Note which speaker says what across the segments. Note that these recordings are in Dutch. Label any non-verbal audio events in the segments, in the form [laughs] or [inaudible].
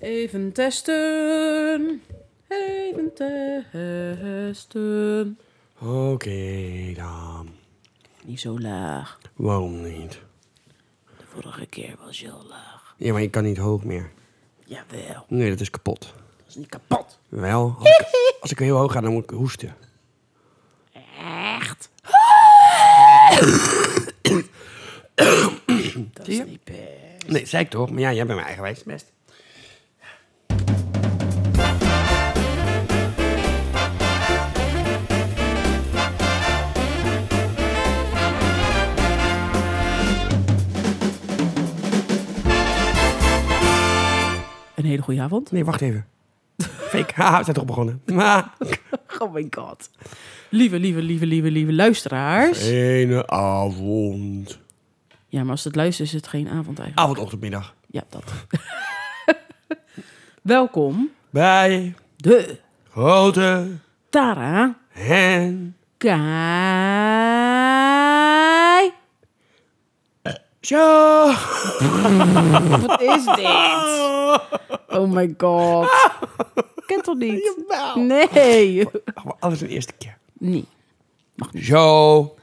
Speaker 1: Even testen. Even testen.
Speaker 2: Oké dan.
Speaker 1: Niet zo laag.
Speaker 2: Waarom niet?
Speaker 1: De vorige keer was je al laag.
Speaker 2: Ja, maar ik kan niet hoog meer.
Speaker 1: Jawel,
Speaker 2: Nee, dat is kapot.
Speaker 1: dat is niet kapot.
Speaker 2: Wel, als
Speaker 1: [laughs]
Speaker 2: ik, als ik heel hoog ga, dan moet ik hoesten.
Speaker 1: Echt? dat is
Speaker 2: je?
Speaker 1: niet best.
Speaker 2: Nee, zei ik toch? Maar ja, jij bent mijn eigenwijs best.
Speaker 1: Een hele goede avond.
Speaker 2: Nee, wacht even. Fake. [laughs] Haha, we zijn toch begonnen. Maar...
Speaker 1: Oh my god. Lieve, lieve, lieve, lieve, lieve luisteraars.
Speaker 2: Ene avond.
Speaker 1: Ja, maar als het luistert is het geen avond eigenlijk.
Speaker 2: Avond, ochtend, middag.
Speaker 1: Ja, dat. [laughs] Welkom,
Speaker 2: Bij
Speaker 1: de
Speaker 2: grote
Speaker 1: Tara
Speaker 2: hen.
Speaker 1: Kai.
Speaker 2: Zo.
Speaker 1: Wat is dit? Oh my god. Ik Ken toch niet?
Speaker 2: Jawel.
Speaker 1: Nee.
Speaker 2: Oh, Maar alles een eerste keer.
Speaker 1: Nee.
Speaker 2: Zo.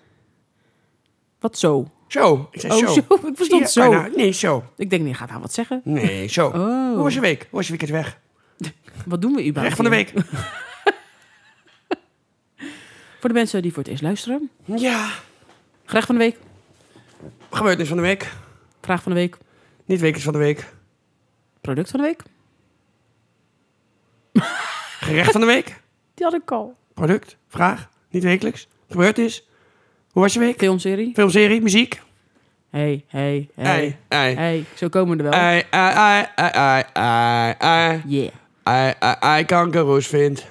Speaker 1: Wat zo?
Speaker 2: Zo. Ik zei
Speaker 1: Oh,
Speaker 2: zo.
Speaker 1: zo. Ik verstond
Speaker 2: Ja,
Speaker 1: zo.
Speaker 2: nou, nee, zo.
Speaker 1: Ik denk, nee, gaat haar wat zeggen.
Speaker 2: Nee, zo.
Speaker 1: Oh.
Speaker 2: Hoe was je week? Hoe was je weekend weg?
Speaker 1: Wat doen we überhaupt?
Speaker 2: Nou, Recht van de
Speaker 1: hier?
Speaker 2: week.
Speaker 1: Voor de mensen die voor het eerst luisteren.
Speaker 2: Ja.
Speaker 1: Gerecht van de week.
Speaker 2: Gebeurtenis van de week.
Speaker 1: Vraag van de week.
Speaker 2: Niet weekjes van de week.
Speaker 1: Product van de week.
Speaker 2: Gerecht van de week.
Speaker 1: Die had ik al.
Speaker 2: Product. Vraag. Niet wekelijks. Gebeurd is. Hoe was je week?
Speaker 1: Filmserie.
Speaker 2: Filmserie, muziek.
Speaker 1: Hey, hey, hey.
Speaker 2: Ei, ei,
Speaker 1: Hey, zo komen we er wel.
Speaker 2: ei, ei, ei, ei, ei, ei, ei,
Speaker 1: Yeah.
Speaker 2: ei, ei, ei, kangaroes vindt.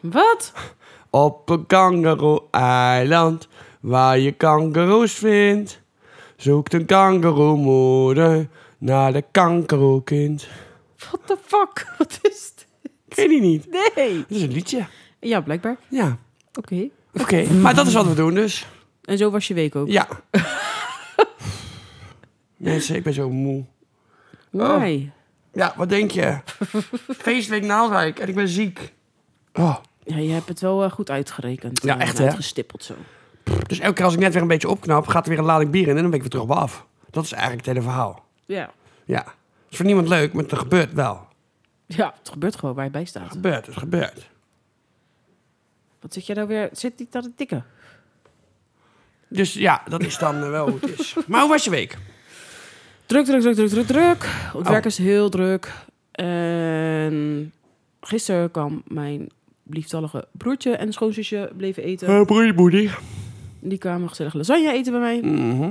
Speaker 1: Wat?
Speaker 2: Op een kangaroe-eiland waar je kangaroes vindt. Zoekt een kangaroemoeder naar de kangaroekind.
Speaker 1: What the fuck? [laughs] Wat is dit?
Speaker 2: Ken je die niet?
Speaker 1: Nee.
Speaker 2: Dat is een liedje.
Speaker 1: Ja, blijkbaar.
Speaker 2: Ja.
Speaker 1: Oké.
Speaker 2: Oké,
Speaker 1: [laughs]
Speaker 2: maar dat is wat we doen dus.
Speaker 1: En zo was je week ook.
Speaker 2: Ja. [laughs] Mensen, ik ben zo moe.
Speaker 1: Oh.
Speaker 2: Oh.
Speaker 1: Why?
Speaker 2: Ja, wat denk je? Feestweek Naaldwijk en ik ben ziek. Oh.
Speaker 1: Ja, je hebt het wel eh, goed uitgerekend.
Speaker 2: Ja,
Speaker 1: eh,
Speaker 2: echt,
Speaker 1: en
Speaker 2: hè?
Speaker 1: Uitgestippeld zo.
Speaker 2: Dus elke keer als ik net weer een beetje opknap, gaat er weer een lading bier in en dan ben ik weer terug op af. Dat is eigenlijk het hele verhaal.
Speaker 1: Ja.
Speaker 2: Ja. Het is voor niemand leuk, maar het gebeurt wel.
Speaker 1: Ja, het gebeurt gewoon waar je bij
Speaker 2: Het
Speaker 1: staat.
Speaker 2: gebeurt, het gebeurt.
Speaker 1: Wat zit jij nou weer? Zit die daar te tikken?
Speaker 2: Dus ja, dat is dan eh, wel hoe het is. Maar hoe was je week?
Speaker 1: Druk, druk, druk, druk, druk, druk.
Speaker 2: Oh.
Speaker 1: Het werk is heel druk. En gisteren kwam mijn lieftallige broertje en schoonzusje bleven eten.
Speaker 2: broeie boedie.
Speaker 1: Die kwamen gezellig lasagne eten bij mij.
Speaker 2: Mhm.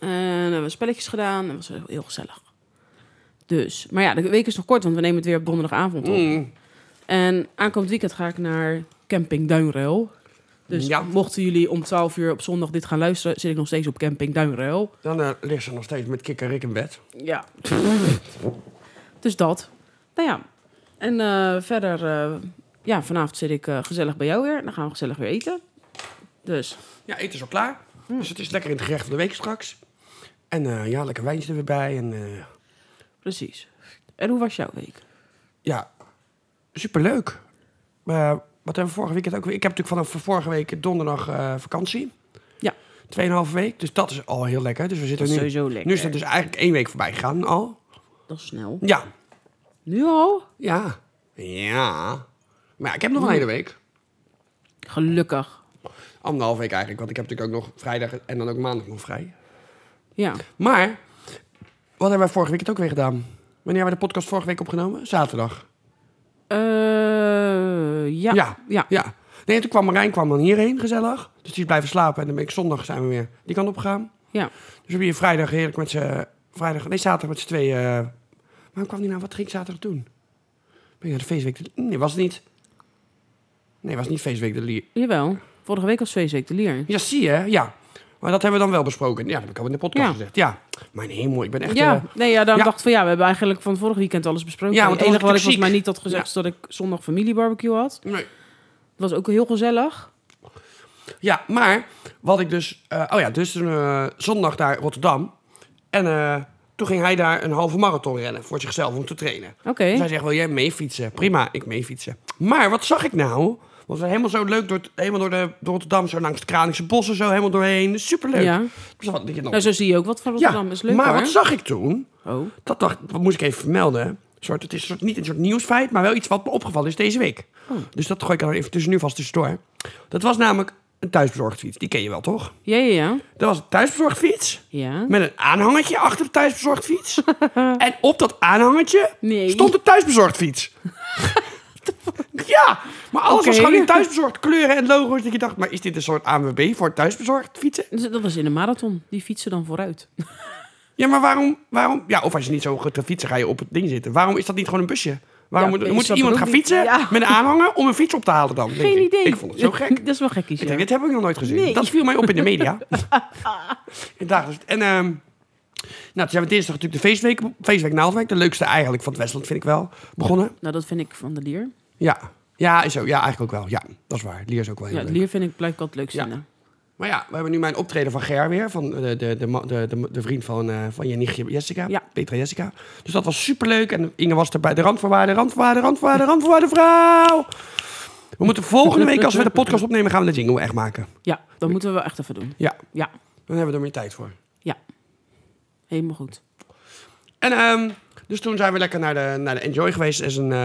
Speaker 1: En hebben we spelletjes gedaan. Dat was heel, heel gezellig. Dus, maar ja, de week is nog kort, want we nemen het weer op donderdagavond op.
Speaker 2: Mm-hmm.
Speaker 1: En aankomend weekend ga ik naar Camping Duinruil. Dus
Speaker 2: Ja.
Speaker 1: mochten jullie om 12 uur op zondag dit gaan luisteren, zit ik nog steeds op Camping Duinruil.
Speaker 2: Dan eh, ligt ze nog steeds met kikkerik in bed.
Speaker 1: Ja. [laughs] dus dat. Nou ja. En eh, verder, eh, ja, vanavond zit ik eh, gezellig bij jou weer. Dan gaan we gezellig weer eten. Dus,
Speaker 2: Ja, eten is al klaar.
Speaker 1: Hmm.
Speaker 2: Dus het is lekker in het gerecht van de week straks. En eh, ja, lekker wijntje er weer bij. En eh,
Speaker 1: precies. En hoe was jouw week?
Speaker 2: Ja, superleuk. Maar wat hebben we vorige weekend ook weer? Ik heb natuurlijk vanaf vorige week donderdag eh, vakantie.
Speaker 1: Ja.
Speaker 2: Tweeënhalve week, dus dat is al heel lekker. Dus we zitten
Speaker 1: Dat is
Speaker 2: nu,
Speaker 1: sowieso lekker.
Speaker 2: Nu is het dus eigenlijk één week voorbij gegaan al.
Speaker 1: Dat is snel.
Speaker 2: Ja,
Speaker 1: Nu al?
Speaker 2: ja, ja. Maar ja, ik heb nog een
Speaker 1: Hmm.
Speaker 2: hele week.
Speaker 1: Gelukkig.
Speaker 2: Anderhalf week eigenlijk, want ik heb natuurlijk ook nog vrijdag en dan ook maandag nog vrij.
Speaker 1: Ja.
Speaker 2: Maar, wat hebben wij vorige week het ook weer gedaan? Wanneer hebben we de podcast vorige week opgenomen? Zaterdag.
Speaker 1: Eh, ja.
Speaker 2: Ja.
Speaker 1: Ja.
Speaker 2: Ja. Nee, toen kwam Marijn kwam dan hierheen, gezellig. Dus die is blijven slapen en dan ben ik zondag zijn we weer die kant op gegaan.
Speaker 1: Ja.
Speaker 2: Dus we hebben hier vrijdag heerlijk met z'n... Vrijdag, nee, zaterdag met z'n tweeën... eh, waarom kwam die nou? Wat ging ik zaterdag doen? Ben ik naar de feestweek? de- Nee, was het niet. Nee, was niet feestweek de Lier.
Speaker 1: Jawel. Vorige week was feestweek de leer.
Speaker 2: Ja, zie je, ja. Maar dat hebben we dan wel besproken. Ja, dat heb ik al in de podcast
Speaker 1: Ja.
Speaker 2: gezegd. Ja. Mijn hemel, ik ben echt...
Speaker 1: Ja,
Speaker 2: eh,
Speaker 1: nee, ja, dan
Speaker 2: ja.
Speaker 1: dacht ik van ja, we hebben eigenlijk van vorig weekend alles besproken.
Speaker 2: Ja, want
Speaker 1: het
Speaker 2: toen was
Speaker 1: enige wat ik
Speaker 2: ik
Speaker 1: volgens mij
Speaker 2: ziek.
Speaker 1: niet had gezegd is dat ik zondag familiebarbecue had.
Speaker 2: eh, nee.
Speaker 1: Dat was ook heel gezellig.
Speaker 2: Ja, maar wat ik dus... eh, oh ja, dus toen, eh, zondag naar Rotterdam. En eh, Toen ging hij daar een halve marathon rennen voor zichzelf om te trainen.
Speaker 1: Oké.
Speaker 2: Dus hij zegt, wil jij mee fietsen? Prima, ik mee fietsen. Maar wat zag ik nou? Was hij helemaal zo leuk door, het- helemaal door, de, door Rotterdam, zo langs de Kralingse bossen, zo helemaal doorheen. Superleuk.
Speaker 1: Ja.
Speaker 2: Dus wat- dat je nog-
Speaker 1: Nou, zo zie je ook wat van Rotterdam is leuk
Speaker 2: maar
Speaker 1: hoor.
Speaker 2: wat zag ik toen?
Speaker 1: Oh,
Speaker 2: Dat dacht, dat moest ik even vermelden. Een Soort, het is een soort, niet een soort nieuwsfeit, maar wel iets wat me opgevallen is deze week.
Speaker 1: Oh.
Speaker 2: Dus dat gooi ik er even tussen nu vast tussendoor. Dat was namelijk een thuisbezorgd fiets. Die ken je wel, toch?
Speaker 1: ja, ja, ja.
Speaker 2: Dat was een thuisbezorgd fiets.
Speaker 1: Ja.
Speaker 2: Met een aanhangertje achter de thuisbezorgd
Speaker 1: [laughs]
Speaker 2: fiets. en op dat aanhangertje
Speaker 1: Nee.
Speaker 2: stond een thuisbezorgd
Speaker 1: [laughs]
Speaker 2: fiets. ja, maar alles was
Speaker 1: Oké.
Speaker 2: gewoon in thuisbezorgd. Kleuren en logo's. Dat je dacht, maar is dit een soort ANWB voor thuisbezorgd fietsen?
Speaker 1: Dus dat was in een marathon. Die fietsen dan vooruit.
Speaker 2: Ja, maar waarom, waarom... Ja, of als je niet zo goed kan fietsen, ga je op het ding zitten. Waarom is dat niet gewoon een busje? Waarom
Speaker 1: Ja,
Speaker 2: moet,
Speaker 1: is
Speaker 2: moet
Speaker 1: dat
Speaker 2: iemand
Speaker 1: ook
Speaker 2: gaan
Speaker 1: niet?
Speaker 2: fietsen
Speaker 1: Ja.
Speaker 2: met een aanhanger om een fiets op te halen dan? denk
Speaker 1: Geen
Speaker 2: ik.
Speaker 1: idee.
Speaker 2: Ik vond het zo gek.
Speaker 1: dat is wel gek is, [laughs]
Speaker 2: Ik
Speaker 1: ja.
Speaker 2: denk, dit heb ik nog nooit gezien.
Speaker 1: Nee.
Speaker 2: Dat viel mij op in de
Speaker 1: [laughs]
Speaker 2: media. en dagelijks. En ehm, nou, toen zijn we dinsdag natuurlijk de feestweek, feestweek Naaldwijk. De leukste eigenlijk van het Westland, vind ik wel. Begonnen.
Speaker 1: Nou, dat vind ik van de lier.
Speaker 2: Ja. Ja, is zo, ja, eigenlijk ook wel. Ja, dat is waar. Lier is ook wel heel
Speaker 1: Ja, de
Speaker 2: leuk.
Speaker 1: lier vind ik blijf ik altijd leuk
Speaker 2: Ja.
Speaker 1: vinden.
Speaker 2: Maar ja, we hebben nu mijn optreden van Ger weer. Van de, de, de, ma- de, de, de vriend van, eh, van je nichtje Jessica.
Speaker 1: Ja.
Speaker 2: Petra Jessica. Dus dat was superleuk. En Inge was erbij. De randvoorwaarde, randvoorwaarde, randvoorwaarde, randvoorwaarde vrouw. We moeten volgende week, als we de podcast opnemen, gaan we de jingle echt maken.
Speaker 1: Ja, dan dat moeten we wel echt even doen.
Speaker 2: Ja,
Speaker 1: Ja,
Speaker 2: dan hebben we er meer tijd voor.
Speaker 1: ja. Helemaal goed.
Speaker 2: En ehm, dus toen zijn we lekker naar de, naar de Enjoy geweest. Er is een, eh,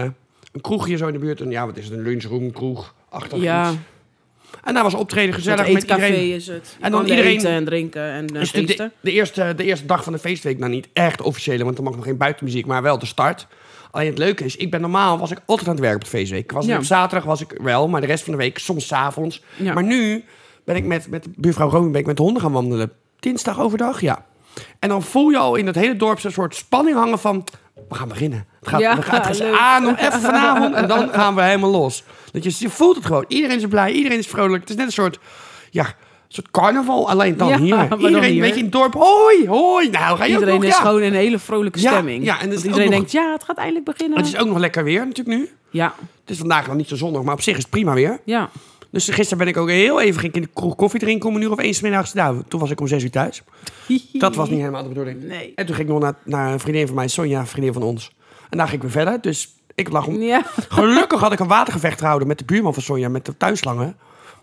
Speaker 2: een kroeg hier zo in de buurt. Een, ja, wat is het? Een lunchroom, kroeg, achtig
Speaker 1: Ja,
Speaker 2: iets. En daar was optreden
Speaker 1: het
Speaker 2: gezellig met
Speaker 1: eetcafé
Speaker 2: iedereen.
Speaker 1: is het. Je
Speaker 2: dan
Speaker 1: kan er
Speaker 2: iedereen-
Speaker 1: eten en drinken en eh,
Speaker 2: Dus de, de,
Speaker 1: feesten.
Speaker 2: de eerste, de eerste dag van de feestweek, nou niet echt officiële, want dan mag nog geen buitenmuziek, maar wel de start. Alleen het leuke is, ik ben normaal was ik altijd aan het werk op de feestweek. Ik Was
Speaker 1: Ja.
Speaker 2: Op zaterdag was ik wel, maar de rest van de week soms 's avonds.
Speaker 1: Ja.
Speaker 2: Maar nu ben ik met, met buurvrouw Romy ben ik met de honden gaan wandelen. Dinsdag overdag, ja. En dan voel je al in het hele dorp zo'n soort spanning hangen van... We gaan beginnen. Het gaat,
Speaker 1: Ja,
Speaker 2: we gaan, het gaat
Speaker 1: leuk.
Speaker 2: aan om even vanavond en dan gaan we helemaal los. Dat je, je voelt het gewoon. Iedereen is blij, iedereen is vrolijk. Het is net een soort, ja, een soort carnaval, alleen dan
Speaker 1: Ja, [laughs]
Speaker 2: hier.
Speaker 1: maar dan
Speaker 2: Iedereen,
Speaker 1: hier.
Speaker 2: weet je, in het dorp, hoi, hoi. Nou, ga je ook
Speaker 1: Iedereen
Speaker 2: nog,
Speaker 1: is
Speaker 2: ja.
Speaker 1: gewoon in een hele vrolijke
Speaker 2: Ja,
Speaker 1: stemming.
Speaker 2: ja, en dat
Speaker 1: Want
Speaker 2: is ook
Speaker 1: iedereen
Speaker 2: nog-
Speaker 1: denkt, ja, het gaat eindelijk beginnen.
Speaker 2: Het is ook nog lekker weer natuurlijk nu.
Speaker 1: Ja,
Speaker 2: Het is vandaag nog niet zo zonnig, maar op zich is het prima weer.
Speaker 1: ja.
Speaker 2: Dus gisteren ben ik ook heel even ging ik in de kroeg koffie drinken om een uur of één 's middags. Nou, toen was ik om zes uur thuis. [laughs] Dat was niet helemaal de bedoeling.
Speaker 1: Nee.
Speaker 2: En toen ging ik nog naar, naar een vriendin van mij, Sonja, een vriendin van ons. En daar ging ik weer verder. Dus ik
Speaker 1: [laughs]
Speaker 2: lag om.
Speaker 1: Ja.
Speaker 2: Gelukkig had ik een watergevecht gehouden met de buurman van Sonja, met de tuinslangen.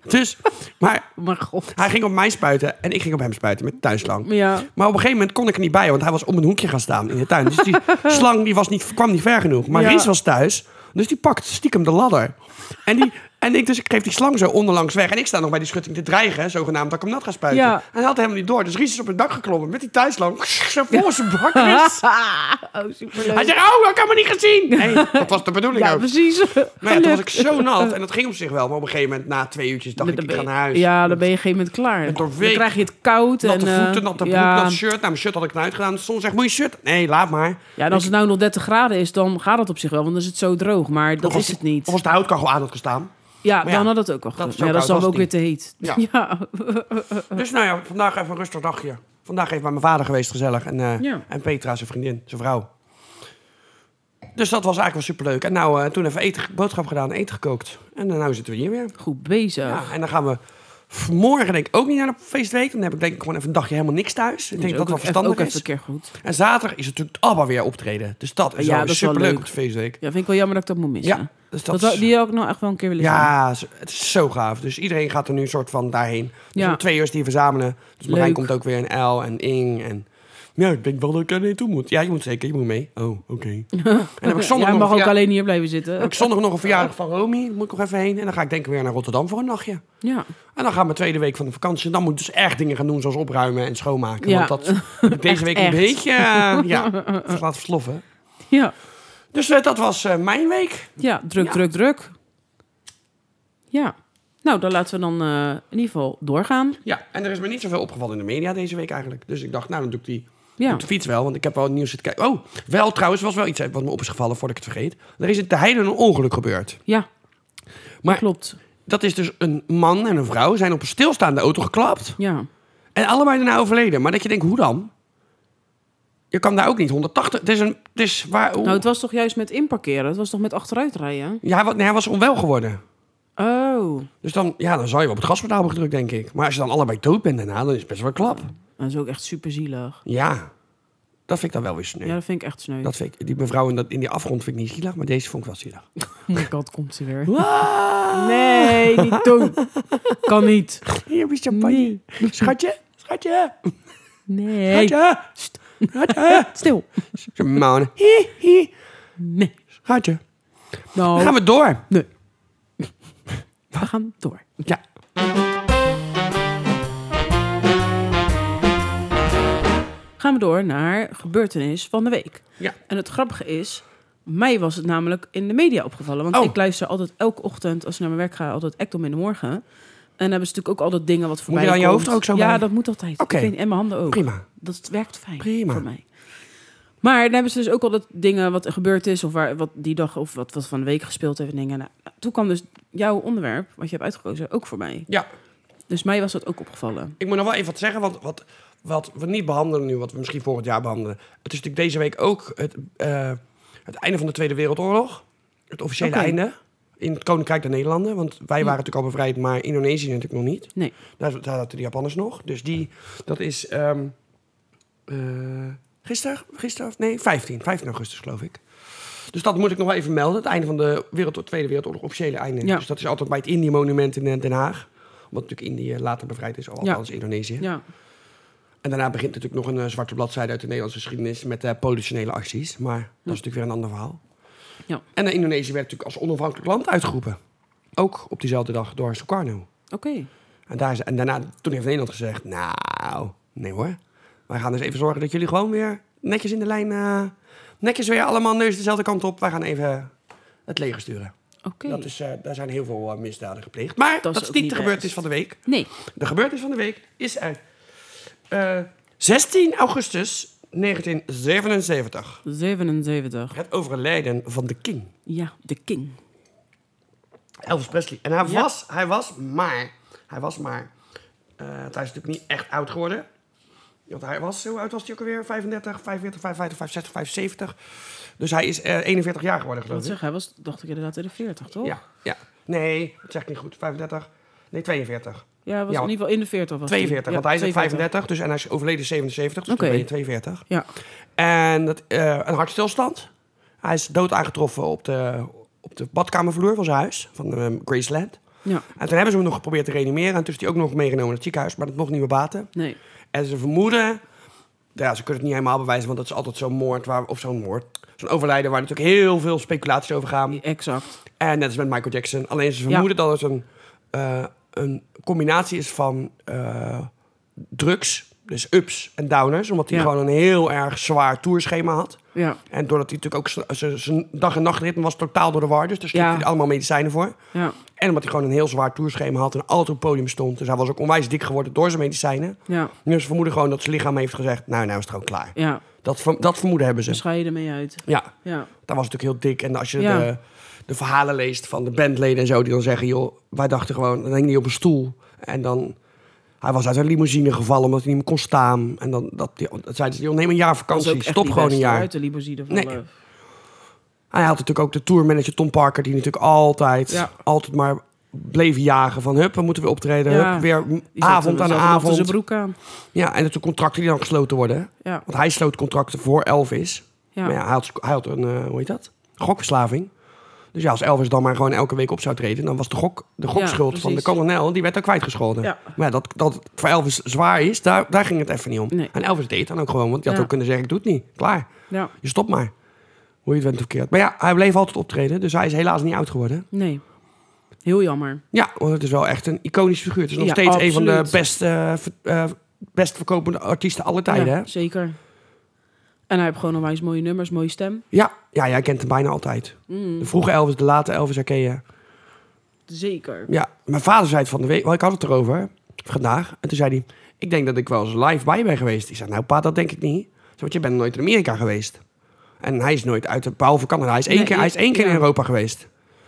Speaker 2: Dus, maar
Speaker 1: Maar god.
Speaker 2: hij ging op mij spuiten en ik ging op hem spuiten met de tuinslang.
Speaker 1: Ja.
Speaker 2: Maar op een gegeven moment kon ik er niet bij, want hij was om een hoekje gaan staan in de tuin. Dus
Speaker 1: [laughs]
Speaker 2: die slang die was niet, kwam niet ver genoeg. Maar
Speaker 1: Ja.
Speaker 2: Ries was thuis, dus die pakt stiekem de ladder. En, die, [laughs] en ik, dus ik geef die slang zo onderlangs weg. En ik sta nog bij die schutting te dreigen, zogenaamd dat ik hem nat ga spuiten.
Speaker 1: Ja.
Speaker 2: En hij had helemaal niet door. Dus Ries is op het dak geklommen met die tuinslang. [laughs] Zo voor zijn
Speaker 1: [laughs]
Speaker 2: bakjes.
Speaker 1: oh, superleuk.
Speaker 2: Hij zegt, oh, ik heb hem niet gezien. Nee, dat was de bedoeling
Speaker 1: ja, dus
Speaker 2: ook.
Speaker 1: precies.
Speaker 2: Maar ja, toen was ik zo nat. En dat ging op zich wel. Maar op een gegeven moment, na twee uurtjes, dacht ik,
Speaker 1: Dan
Speaker 2: ik
Speaker 1: ben
Speaker 2: ga
Speaker 1: je-
Speaker 2: naar huis.
Speaker 1: Ja, dan ben je op een gegeven moment klaar.
Speaker 2: Met
Speaker 1: Dan
Speaker 2: doorweekt.
Speaker 1: krijg je het koud.
Speaker 2: Natte
Speaker 1: en, eh,
Speaker 2: voeten, natte broek,
Speaker 1: ja.
Speaker 2: nat shirt. Nou, mijn shirt had ik eruit gedaan. Soms zegt, moet je shirt? Nee, laat maar.
Speaker 1: Ja, en als het nou nog 30 graden is, dan gaat het op zich wel, want dan is het zo droog. Maar dat
Speaker 2: Of als-
Speaker 1: is het niet.
Speaker 2: Of als de houtkachel aan had gestaan.
Speaker 1: Ja,
Speaker 2: maar
Speaker 1: dan
Speaker 2: ja,
Speaker 1: had het ook wel gekund.
Speaker 2: is zo
Speaker 1: Ja, dat is
Speaker 2: koud
Speaker 1: dan
Speaker 2: was
Speaker 1: ook weer
Speaker 2: het
Speaker 1: te heet.
Speaker 2: Ja.
Speaker 1: [laughs] Ja.
Speaker 2: Dus nou ja, vandaag even een rustig dagje. Vandaag even bij mijn vader geweest, gezellig. En, eh,
Speaker 1: Ja.
Speaker 2: en Petra, zijn vriendin, zijn vrouw. Dus dat was eigenlijk wel superleuk. En nou, eh, toen even eten, boodschap gedaan, eten gekookt. En eh, nou zitten we hier weer.
Speaker 1: Goed bezig.
Speaker 2: Ja, en dan gaan we morgen denk ik ook niet naar de feestweek. Dan heb ik denk ik gewoon even een dagje helemaal niks thuis.
Speaker 1: Dus
Speaker 2: Ik denk dat
Speaker 1: ook,
Speaker 2: dat
Speaker 1: even-
Speaker 2: verstandig
Speaker 1: ook even
Speaker 2: is.
Speaker 1: een keer goed.
Speaker 2: En zaterdag is natuurlijk het ABBA weer optreden. Dus dat is
Speaker 1: Ja,
Speaker 2: ja,
Speaker 1: dat is wel
Speaker 2: superleuk
Speaker 1: leuk.
Speaker 2: op de feestweek.
Speaker 1: Ja, vind ik wel jammer dat ik dat moet missen.
Speaker 2: Ja, dus dat
Speaker 1: dat
Speaker 2: is-
Speaker 1: wou- die had ik nog echt wel een keer willen zien.
Speaker 2: Ja, z- het is zo gaaf. Dus iedereen gaat er nu een soort van daarheen. Dus
Speaker 1: Ja.
Speaker 2: om twee uur die verzamelen. Dus Marijn
Speaker 1: Leuk.
Speaker 2: komt ook weer en El en Ing en... Ja, ik denk wel dat ik er naartoe moet. Ja, je moet zeker, je moet mee. Oh,
Speaker 1: [laughs]
Speaker 2: oké. En dan heb ik zondag,
Speaker 1: Jij
Speaker 2: nog,
Speaker 1: mag
Speaker 2: een
Speaker 1: ook
Speaker 2: verja-
Speaker 1: alleen hier blijven zitten.
Speaker 2: heb ik zondag nog een
Speaker 1: [laughs]
Speaker 2: verjaardag van Romy. Daar moet ik nog even heen. En dan ga ik denk ik weer naar Rotterdam voor een nachtje.
Speaker 1: Ja.
Speaker 2: En dan gaan we tweede week van de vakantie. En dan moet ik dus echt dingen gaan doen zoals opruimen en schoonmaken.
Speaker 1: Ja.
Speaker 2: Want
Speaker 1: [laughs]
Speaker 2: dat heb ik deze
Speaker 1: Echt,
Speaker 2: week een
Speaker 1: echt.
Speaker 2: beetje eh,
Speaker 1: [laughs]
Speaker 2: ja, laten versloffen.
Speaker 1: Ja.
Speaker 2: Dus eh, dat was eh, mijn week.
Speaker 1: ja, druk,
Speaker 2: Ja.
Speaker 1: druk, druk. Ja. Nou, dan laten we dan eh, in ieder geval doorgaan.
Speaker 2: Ja, en er is me niet zoveel opgevallen in de media deze week eigenlijk. Dus ik dacht, nou dan doe ik die
Speaker 1: Ja.
Speaker 2: op de fiets wel. Want ik heb wel het nieuws zitten kijken. Oh, wel trouwens, was wel iets wat me op is gevallen voordat ik het vergeet. Er is in Te Heide een ongeluk gebeurd.
Speaker 1: Ja,
Speaker 2: Maar
Speaker 1: klopt.
Speaker 2: dat is dus een man en een vrouw zijn op een stilstaande auto geklapt.
Speaker 1: Ja.
Speaker 2: En allebei daarna overleden. Maar dat je denkt, hoe dan? Je kan daar ook niet 180. Het is een. Het is waar, hoe-
Speaker 1: Nou, het was toch juist met inparkeren? Het was toch met achteruitrijden?
Speaker 2: ja, hij, wa- nee, hij was onwel geworden.
Speaker 1: Oh.
Speaker 2: Dus dan, ja, dan zou je wel op het gaspedaal hebben gedrukt, denk ik. Maar als je dan allebei dood bent daarna, dan is het best wel een klap.
Speaker 1: Dat is ook echt super zielig.
Speaker 2: Ja. Dat vind ik dan wel weer sneu.
Speaker 1: Ja, dat vind ik echt sneu.
Speaker 2: Dat vind ik, die mevrouw in, dat, in die afgrond vind ik niet zielig, maar deze vond ik wel
Speaker 1: [laughs]
Speaker 2: zielig. [laughs]
Speaker 1: Oh my god, komt ze weer. [laughs] Nee, niet doen.
Speaker 2: [laughs]
Speaker 1: Kan niet.
Speaker 2: Hier is champagne.
Speaker 1: Nee.
Speaker 2: Schatje, schatje,
Speaker 1: Nee.
Speaker 2: schatje, [laughs] schatje.
Speaker 1: Stil.
Speaker 2: Simone. Hi, hi.
Speaker 1: Nee.
Speaker 2: Schatje. Dan
Speaker 1: Nou,
Speaker 2: gaan we door.
Speaker 1: nee. We gaan door.
Speaker 2: Ja.
Speaker 1: Gaan we door naar gebeurtenis van de week.
Speaker 2: Ja.
Speaker 1: En het grappige is, mij was het namelijk in de media opgevallen. Want
Speaker 2: Oh.
Speaker 1: ik luister altijd elke ochtend, als ik naar mijn werk ga, altijd Ekdom in de morgen. En dan hebben ze natuurlijk ook altijd dingen wat voorbij
Speaker 2: je dan je
Speaker 1: komt.
Speaker 2: hoofd er ook zo
Speaker 1: Ja,
Speaker 2: bij?
Speaker 1: dat moet altijd.
Speaker 2: Oké.
Speaker 1: Ik weet- en mijn handen ook.
Speaker 2: Prima.
Speaker 1: Dat werkt fijn
Speaker 2: Prima.
Speaker 1: voor mij. Maar dan hebben ze dus ook altijd dingen wat er gebeurd is... of waar, wat die dag of wat, wat van de week gespeeld heeft en dingen. Nou, toen kwam dus jouw onderwerp, wat je hebt uitgekozen, ook voor mij.
Speaker 2: Ja.
Speaker 1: Dus mij was dat ook opgevallen.
Speaker 2: Ik moet nog wel even wat zeggen, want wat, wat we niet behandelen nu, wat we misschien volgend jaar behandelen. Het is natuurlijk deze week ook het, eh, het einde van de Tweede Wereldoorlog. Het officiële
Speaker 1: Oké.
Speaker 2: einde in het Koninkrijk der Nederlanden. Want wij waren natuurlijk al bevrijd, maar Indonesië natuurlijk nog niet.
Speaker 1: Nee.
Speaker 2: Daar, daar zaten de Japanners nog. Dus die, dat is ehm eh, gisteren, gisteren of nee, 15, 15 augustus geloof ik. Dus dat moet ik nog wel even melden. Het einde van de wereld, Tweede Wereldoorlog, officiële einde.
Speaker 1: Ja.
Speaker 2: Dus dat is altijd bij het Indië-monument in eh, Den Haag. Omdat natuurlijk Indië later bevrijd is, al
Speaker 1: Ja.
Speaker 2: althans Indonesië.
Speaker 1: Ja.
Speaker 2: En daarna begint natuurlijk nog een eh, zwarte bladzijde uit de Nederlandse geschiedenis met eh politionele acties. Maar dat is natuurlijk weer een ander verhaal.
Speaker 1: Ja.
Speaker 2: En eh, Indonesië werd natuurlijk als onafhankelijk land uitgeroepen. Ook op diezelfde dag door Sukarno.
Speaker 1: Oké.
Speaker 2: En, daar is, en daarna, toen heeft Nederland gezegd, nou, nee hoor. Wij gaan dus even zorgen dat jullie gewoon weer netjes in de lijn, eh, netjes weer allemaal neus dezelfde kant op. Wij gaan even het leger sturen.
Speaker 1: Oké.
Speaker 2: Dat is, eh, daar zijn heel veel eh, misdaden gepleegd. Maar dat is,
Speaker 1: Hmm. ook
Speaker 2: niet
Speaker 1: niet
Speaker 2: de
Speaker 1: best.
Speaker 2: gebeurtenis van de week.
Speaker 1: Nee.
Speaker 2: De gebeurtenis van de week is er. eh, 16 augustus 1977.
Speaker 1: 77.
Speaker 2: Het overlijden van de King.
Speaker 1: Ja, de king.
Speaker 2: Elvis Presley. En hij
Speaker 1: Ja.
Speaker 2: was, hij was maar, hij was maar, eh, want hij is natuurlijk niet echt oud geworden. Want hij was, hoe oud was hij ook alweer? 35, 45, 55, 65, 75. Dus hij is eh, 41 jaar geworden, geloof
Speaker 1: Wat
Speaker 2: ik.
Speaker 1: zeg, hij was, dacht ik inderdaad, in de 40, toch?
Speaker 2: Ja, ja. Nee, dat zeg ik niet goed. 35, nee 42.
Speaker 1: Ja, hij was
Speaker 2: Ja,
Speaker 1: in ieder geval in de 40. Was hij.
Speaker 2: 42,
Speaker 1: Ja,
Speaker 2: want hij is
Speaker 1: 42.
Speaker 2: 35 dus, en hij is overleden in 77, dus
Speaker 1: Oké.
Speaker 2: toen ben je 42.
Speaker 1: Ja.
Speaker 2: En dat, eh, een hartstilstand. Hij is dood aangetroffen op de, op de badkamervloer van zijn huis, van eh, Graceland.
Speaker 1: Ja.
Speaker 2: En toen hebben ze hem nog geprobeerd te reanimeren. En toen is hij ook nog meegenomen naar het ziekenhuis, maar dat mocht niet meer baten.
Speaker 1: Nee.
Speaker 2: En ze vermoeden... Ja, ze kunnen het niet helemaal bewijzen, want dat is altijd zo'n moord, waar, of zo'n moord. Zo'n overlijden waar natuurlijk heel veel speculaties over gaan.
Speaker 1: Exact.
Speaker 2: En net als met Michael Jackson. Alleen ze
Speaker 1: Ja.
Speaker 2: vermoeden dat het een, eh, een combinatie is van eh, drugs, dus ups en downers. Omdat hij
Speaker 1: Ja.
Speaker 2: gewoon een heel erg zwaar tourschema had.
Speaker 1: Ja.
Speaker 2: En doordat hij natuurlijk ook z- z- zijn dag- en nachtritme was totaal door de war. Dus daar slikte
Speaker 1: Ja.
Speaker 2: hij allemaal medicijnen voor.
Speaker 1: Ja.
Speaker 2: En omdat hij gewoon een heel zwaar tourschema had en altijd op het podium stond. Dus hij was ook onwijs dik geworden door zijn medicijnen.
Speaker 1: Ja.
Speaker 2: Dus ze vermoeden gewoon dat zijn lichaam heeft gezegd, nou, nou is het gewoon klaar.
Speaker 1: Ja.
Speaker 2: Dat, ver- dat vermoeden hebben ze.
Speaker 1: Bescheiden mee uit.
Speaker 2: Ja,
Speaker 1: Ja.
Speaker 2: dat was natuurlijk heel dik. En als je
Speaker 1: Ja.
Speaker 2: de, de verhalen leest van de bandleden en zo, die dan zeggen: joh, wij dachten gewoon, dan hing hij op een stoel. En dan. Hij was uit een limousine gevallen omdat hij niet meer kon staan. En dan dat, die- dat zeiden ze: joh, neem een jaar
Speaker 1: Dat is ook
Speaker 2: vakantie.
Speaker 1: echt
Speaker 2: Stop
Speaker 1: niet
Speaker 2: gewoon een
Speaker 1: best,
Speaker 2: jaar.
Speaker 1: Uit de limousine
Speaker 2: Nee.
Speaker 1: vallen. Nee.
Speaker 2: Hij had natuurlijk ook de tourmanager Tom Parker, die natuurlijk altijd,
Speaker 1: Ja.
Speaker 2: altijd maar bleef jagen van hup, we moeten weer optreden,
Speaker 1: Ja.
Speaker 2: hup, weer m- avond aan
Speaker 1: zijn
Speaker 2: avond.
Speaker 1: broek aan.
Speaker 2: Ja, en dat de contracten die dan gesloten worden.
Speaker 1: Ja.
Speaker 2: Want hij sloot contracten voor Elvis.
Speaker 1: Ja.
Speaker 2: Maar ja, hij had, hij had een, eh, hoe heet dat? Gokverslaving. Dus ja, als Elvis dan maar gewoon elke week op zou treden, dan was de, gok, de gokschuld
Speaker 1: Ja,
Speaker 2: van de
Speaker 1: precies.
Speaker 2: kolonel, die werd dan kwijtgescholden.
Speaker 1: Ja.
Speaker 2: Maar ja, dat, dat het voor Elvis zwaar is, daar, daar ging het even niet om.
Speaker 1: Nee.
Speaker 2: En Elvis deed het dan ook gewoon, want hij had
Speaker 1: Ja.
Speaker 2: ook kunnen zeggen, ik doe het niet. Klaar,
Speaker 1: Ja.
Speaker 2: je stopt maar. Hoe je het went of keert. Maar ja, hij bleef altijd optreden, dus hij is helaas niet oud geworden.
Speaker 1: Nee. Heel jammer.
Speaker 2: Ja, want het is wel echt een iconische figuur. Het is nog
Speaker 1: Ja,
Speaker 2: steeds een van de
Speaker 1: absoluut.
Speaker 2: best, eh, ver- eh, best verkopende artiesten aller tijden.
Speaker 1: ja,
Speaker 2: hè?
Speaker 1: Zeker. En hij heeft gewoon onwijs mooie nummers, mooie stem.
Speaker 2: Ja, ja, jij kent hem bijna altijd.
Speaker 1: Mm,
Speaker 2: De vroege Elvis, de late Elvis herken je.
Speaker 1: zeker.
Speaker 2: Ja, mijn vader zei het van de week, want ik had het erover vandaag. En toen zei hij, ik denk dat ik wel eens live bij je ben geweest. Ik zei, nou pa, dat denk ik niet. Ik zei, want je bent nooit in Amerika geweest. En hij is nooit uit de behalve Canada. Hij is één
Speaker 1: Nee,
Speaker 2: keer, hij is één keer
Speaker 1: ja.
Speaker 2: in Europa geweest.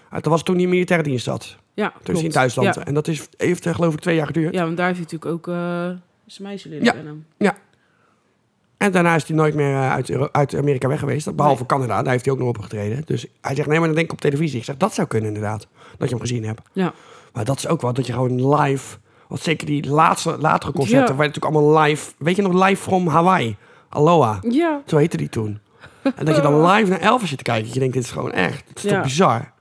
Speaker 2: Ah, Dat was toen hij in militaire dienst zat. Toen
Speaker 1: Ja,
Speaker 2: is
Speaker 1: klopt.
Speaker 2: hij Dus in Duitsland.
Speaker 1: Ja,
Speaker 2: En dat is, heeft eh, geloof ik twee jaar geduurd.
Speaker 1: ja want daar heeft hij natuurlijk ook eh zijn meisje leren
Speaker 2: Ja.
Speaker 1: kennen.
Speaker 2: En daarna is hij nooit meer eh, uit, Euro- uit Amerika weg geweest. Behalve Canada, daar heeft hij ook nog opgetreden. Dus hij zegt, nee, maar dan denk ik op televisie. Ik zeg, dat zou kunnen inderdaad, dat je hem gezien hebt.
Speaker 1: Ja.
Speaker 2: Maar dat is ook wel, dat je gewoon live... Want zeker die laatste, latere concerten
Speaker 1: Ja.
Speaker 2: waren natuurlijk allemaal live. Weet je nog, live from Hawaii? Aloha.
Speaker 1: Ja.
Speaker 2: Zo heette die toen. En dat je
Speaker 1: [laughs]
Speaker 2: dan live naar Elvis zit te kijken. Dat je denkt, dit is gewoon echt. Het is
Speaker 1: Ja.
Speaker 2: toch bizar.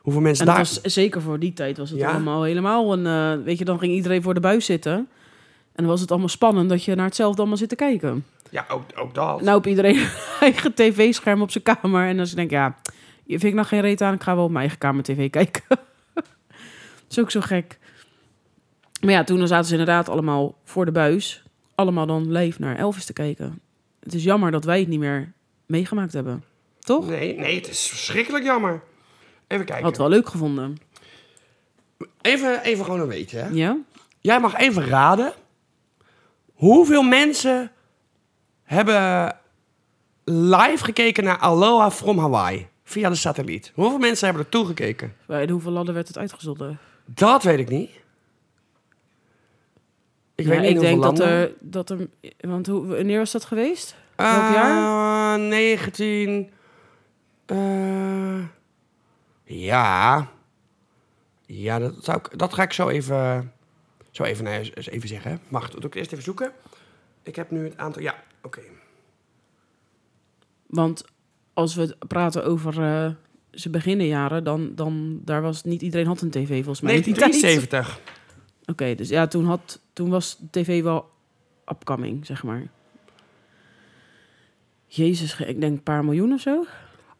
Speaker 2: Hoeveel mensen
Speaker 1: En dat
Speaker 2: daar...
Speaker 1: was, zeker voor die tijd was het
Speaker 2: Ja.
Speaker 1: allemaal helemaal een... eh, weet je, dan ging iedereen voor de buis zitten. En dan was het allemaal spannend dat je naar hetzelfde allemaal zit te kijken.
Speaker 2: Ja, ook, ook dat.
Speaker 1: Nou, op iedereen [laughs] een eigen tv-scherm op zijn kamer. En dan denk ik, ja, je vind ik nog geen reet aan. Ik ga wel op mijn eigen kamer tv kijken. [laughs] dat is ook zo gek. Maar ja, toen zaten ze inderdaad allemaal voor de buis. Allemaal dan live naar Elvis te kijken. Het is jammer dat wij het niet meer meegemaakt hebben. Toch?
Speaker 2: Nee, nee, het is verschrikkelijk jammer. Even kijken.
Speaker 1: Had wel leuk gevonden.
Speaker 2: Even, even gewoon een beetje, hè.
Speaker 1: Ja?
Speaker 2: Jij mag even raden. Hoeveel mensen hebben live gekeken naar Aloha from Hawaii? Via de satelliet. Hoeveel mensen hebben er toegekeken?
Speaker 1: Bij de hoeveel ladder werd het uitgezonden?
Speaker 2: Dat weet ik niet. Ik
Speaker 1: Ja,
Speaker 2: weet niet
Speaker 1: ik
Speaker 2: hoeveel
Speaker 1: denk dat
Speaker 2: landen.
Speaker 1: er, dat er... Want hoe, wanneer was dat geweest?
Speaker 2: Eh,
Speaker 1: Welk jaar?
Speaker 2: 19... eh, ja. Ja, dat, zou ik, dat ga ik zo even, zo even, nou ja, eens even zeggen. hè. Wacht, dat doe ik eerst even zoeken. Ik heb nu het aantal... Ja, oké.
Speaker 1: Want als we het praten over eh zijn beginnenjaren, dan, dan daar was niet iedereen had een tv volgens mij. in die tijd.
Speaker 2: 1973.
Speaker 1: Oké, dus ja, toen, had, toen was de tv wel upcoming, zeg maar. Jezus, ik denk een paar miljoen of zo.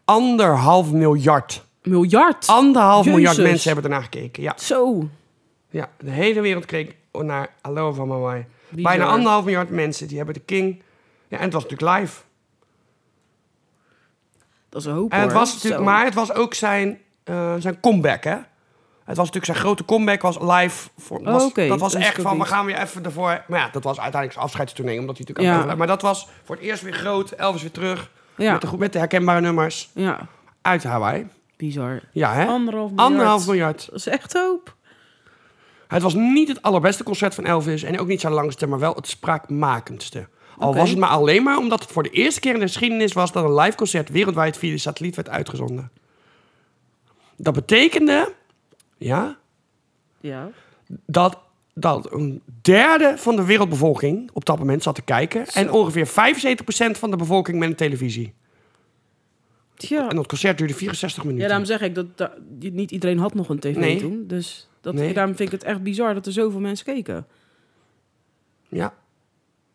Speaker 2: Anderhalf miljard.
Speaker 1: Miljard!
Speaker 2: Anderhalf miljard
Speaker 1: Jezus.
Speaker 2: mensen hebben ernaar gekeken. Ja,
Speaker 1: zo!
Speaker 2: ja, de hele wereld keek naar Aloha van Hawaii.
Speaker 1: Bizar.
Speaker 2: Bijna anderhalf miljard mensen, die hebben de King. Ja, en het was natuurlijk live.
Speaker 1: Dat is een hoop
Speaker 2: En het
Speaker 1: hoor.
Speaker 2: was natuurlijk,
Speaker 1: Zo.
Speaker 2: maar het was ook zijn, eh, zijn comeback, hè? Het was natuurlijk zijn grote comeback, was live. Voor, was,
Speaker 1: oké,
Speaker 2: dat was
Speaker 1: dat is
Speaker 2: echt
Speaker 1: ook
Speaker 2: van, we
Speaker 1: niet.
Speaker 2: gaan weer even ervoor. Maar ja, dat was uiteindelijk zijn afscheidstournee, omdat hij natuurlijk...
Speaker 1: Ja.
Speaker 2: aan het- Maar dat was voor het eerst weer groot, Elvis weer terug.
Speaker 1: Ja,
Speaker 2: Met, de, goed- met de herkenbare nummers
Speaker 1: ja.
Speaker 2: uit Hawaii.
Speaker 1: bizar.
Speaker 2: Ja, hè?
Speaker 1: Anderhalf miljard.
Speaker 2: Anderhalf miljard.
Speaker 1: Dat is echt hoop.
Speaker 2: Het was niet het allerbeste concert van Elvis en ook niet zijn langste, maar wel het spraakmakendste. Al
Speaker 1: Oké.
Speaker 2: was het maar alleen maar omdat het voor de eerste keer in de geschiedenis was dat een live concert wereldwijd via de satelliet werd uitgezonden. Dat betekende, ja,
Speaker 1: Ja.
Speaker 2: dat, dat een derde van de wereldbevolking op dat moment zat te kijken en ongeveer 75% van de bevolking met een televisie.
Speaker 1: Tja.
Speaker 2: En dat concert duurde 64
Speaker 1: Ja,
Speaker 2: minuten.
Speaker 1: daarom zeg ik dat da- die- niet iedereen had nog een tv
Speaker 2: Nee.
Speaker 1: toen. Dus dat,
Speaker 2: Nee.
Speaker 1: daarom vind ik het echt bizar dat er zoveel mensen keken.
Speaker 2: ja.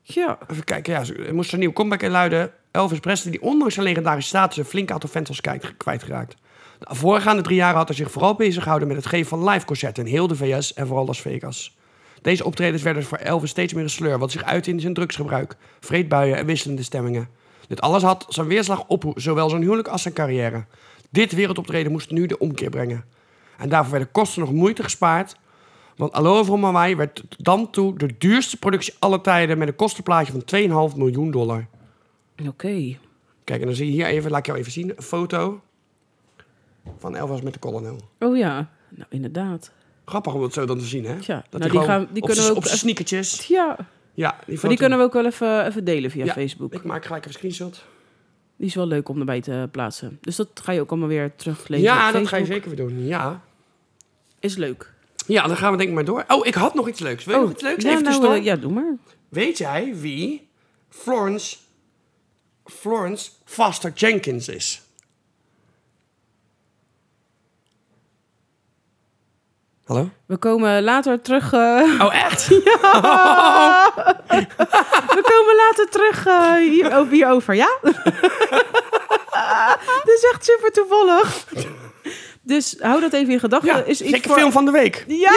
Speaker 1: Ja,
Speaker 2: Even kijken, ja, ze- er moest een nieuw comeback inluiden. Elvis Presley, die ondanks zijn legendarische status een flink aantal fans was kijk- kwijtgeraakt. De voorgaande drie jaren had hij zich vooral bezig gehouden met het geven van live concerten in heel de VS en vooral Las Vegas. Deze optredens werden voor Elvis steeds meer een sleur, wat zich uitte in zijn drugsgebruik, vreedbuien en wisselende stemmingen. Dit alles had zijn weerslag op zowel zijn huwelijk als zijn carrière. Dit wereldoptreden moest nu de omkeer brengen. En daarvoor werden kosten nog moeite gespaard, want Aloha van Hawaii werd tot dan toe de duurste productie aller tijden met een kostenplaatje van 2,5 miljoen dollar.
Speaker 1: oké.
Speaker 2: Kijk, en dan zie je hier even, laat ik jou even zien, een foto van Elvis met de kolonel.
Speaker 1: Oh ja, nou inderdaad.
Speaker 2: Grappig om het zo dan te zien, hè?
Speaker 1: Tja, nou,
Speaker 2: dat
Speaker 1: die
Speaker 2: gewoon
Speaker 1: gaan- die
Speaker 2: op
Speaker 1: kunnen we
Speaker 2: z'n-
Speaker 1: ook
Speaker 2: op zijn
Speaker 1: even-
Speaker 2: sneakertjes.
Speaker 1: Ja, maar
Speaker 2: Ja, die,
Speaker 1: die kunnen we ook wel even, even delen via
Speaker 2: Ja.
Speaker 1: Facebook.
Speaker 2: Ik maak gelijk een screenshot.
Speaker 1: Die is wel leuk om erbij te plaatsen. Dus dat ga je ook allemaal weer teruglezen op
Speaker 2: ja, dat ga je
Speaker 1: Facebook.
Speaker 2: zeker weer doen. Ja.
Speaker 1: Is leuk.
Speaker 2: ja, dan gaan we denk ik maar door. Oh, ik had nog iets leuks. Wil je nog iets leuks?
Speaker 1: ja,
Speaker 2: even
Speaker 1: nou,
Speaker 2: tussendoor.
Speaker 1: eh, ja, doe maar.
Speaker 2: Weet jij wie Florence, Florence Foster Jenkins is? Hallo?
Speaker 1: We komen later terug... eh,
Speaker 2: Oh, [laughs] echt?
Speaker 1: we komen later terug eh, hier, oh, hierover,
Speaker 2: [laughs]
Speaker 1: ja? Dit is echt super toevallig. Dus hou dat even in gedachten.
Speaker 2: Ja,
Speaker 1: is iets
Speaker 2: gekke
Speaker 1: voor...
Speaker 2: film van de week. Ik
Speaker 1: Ja!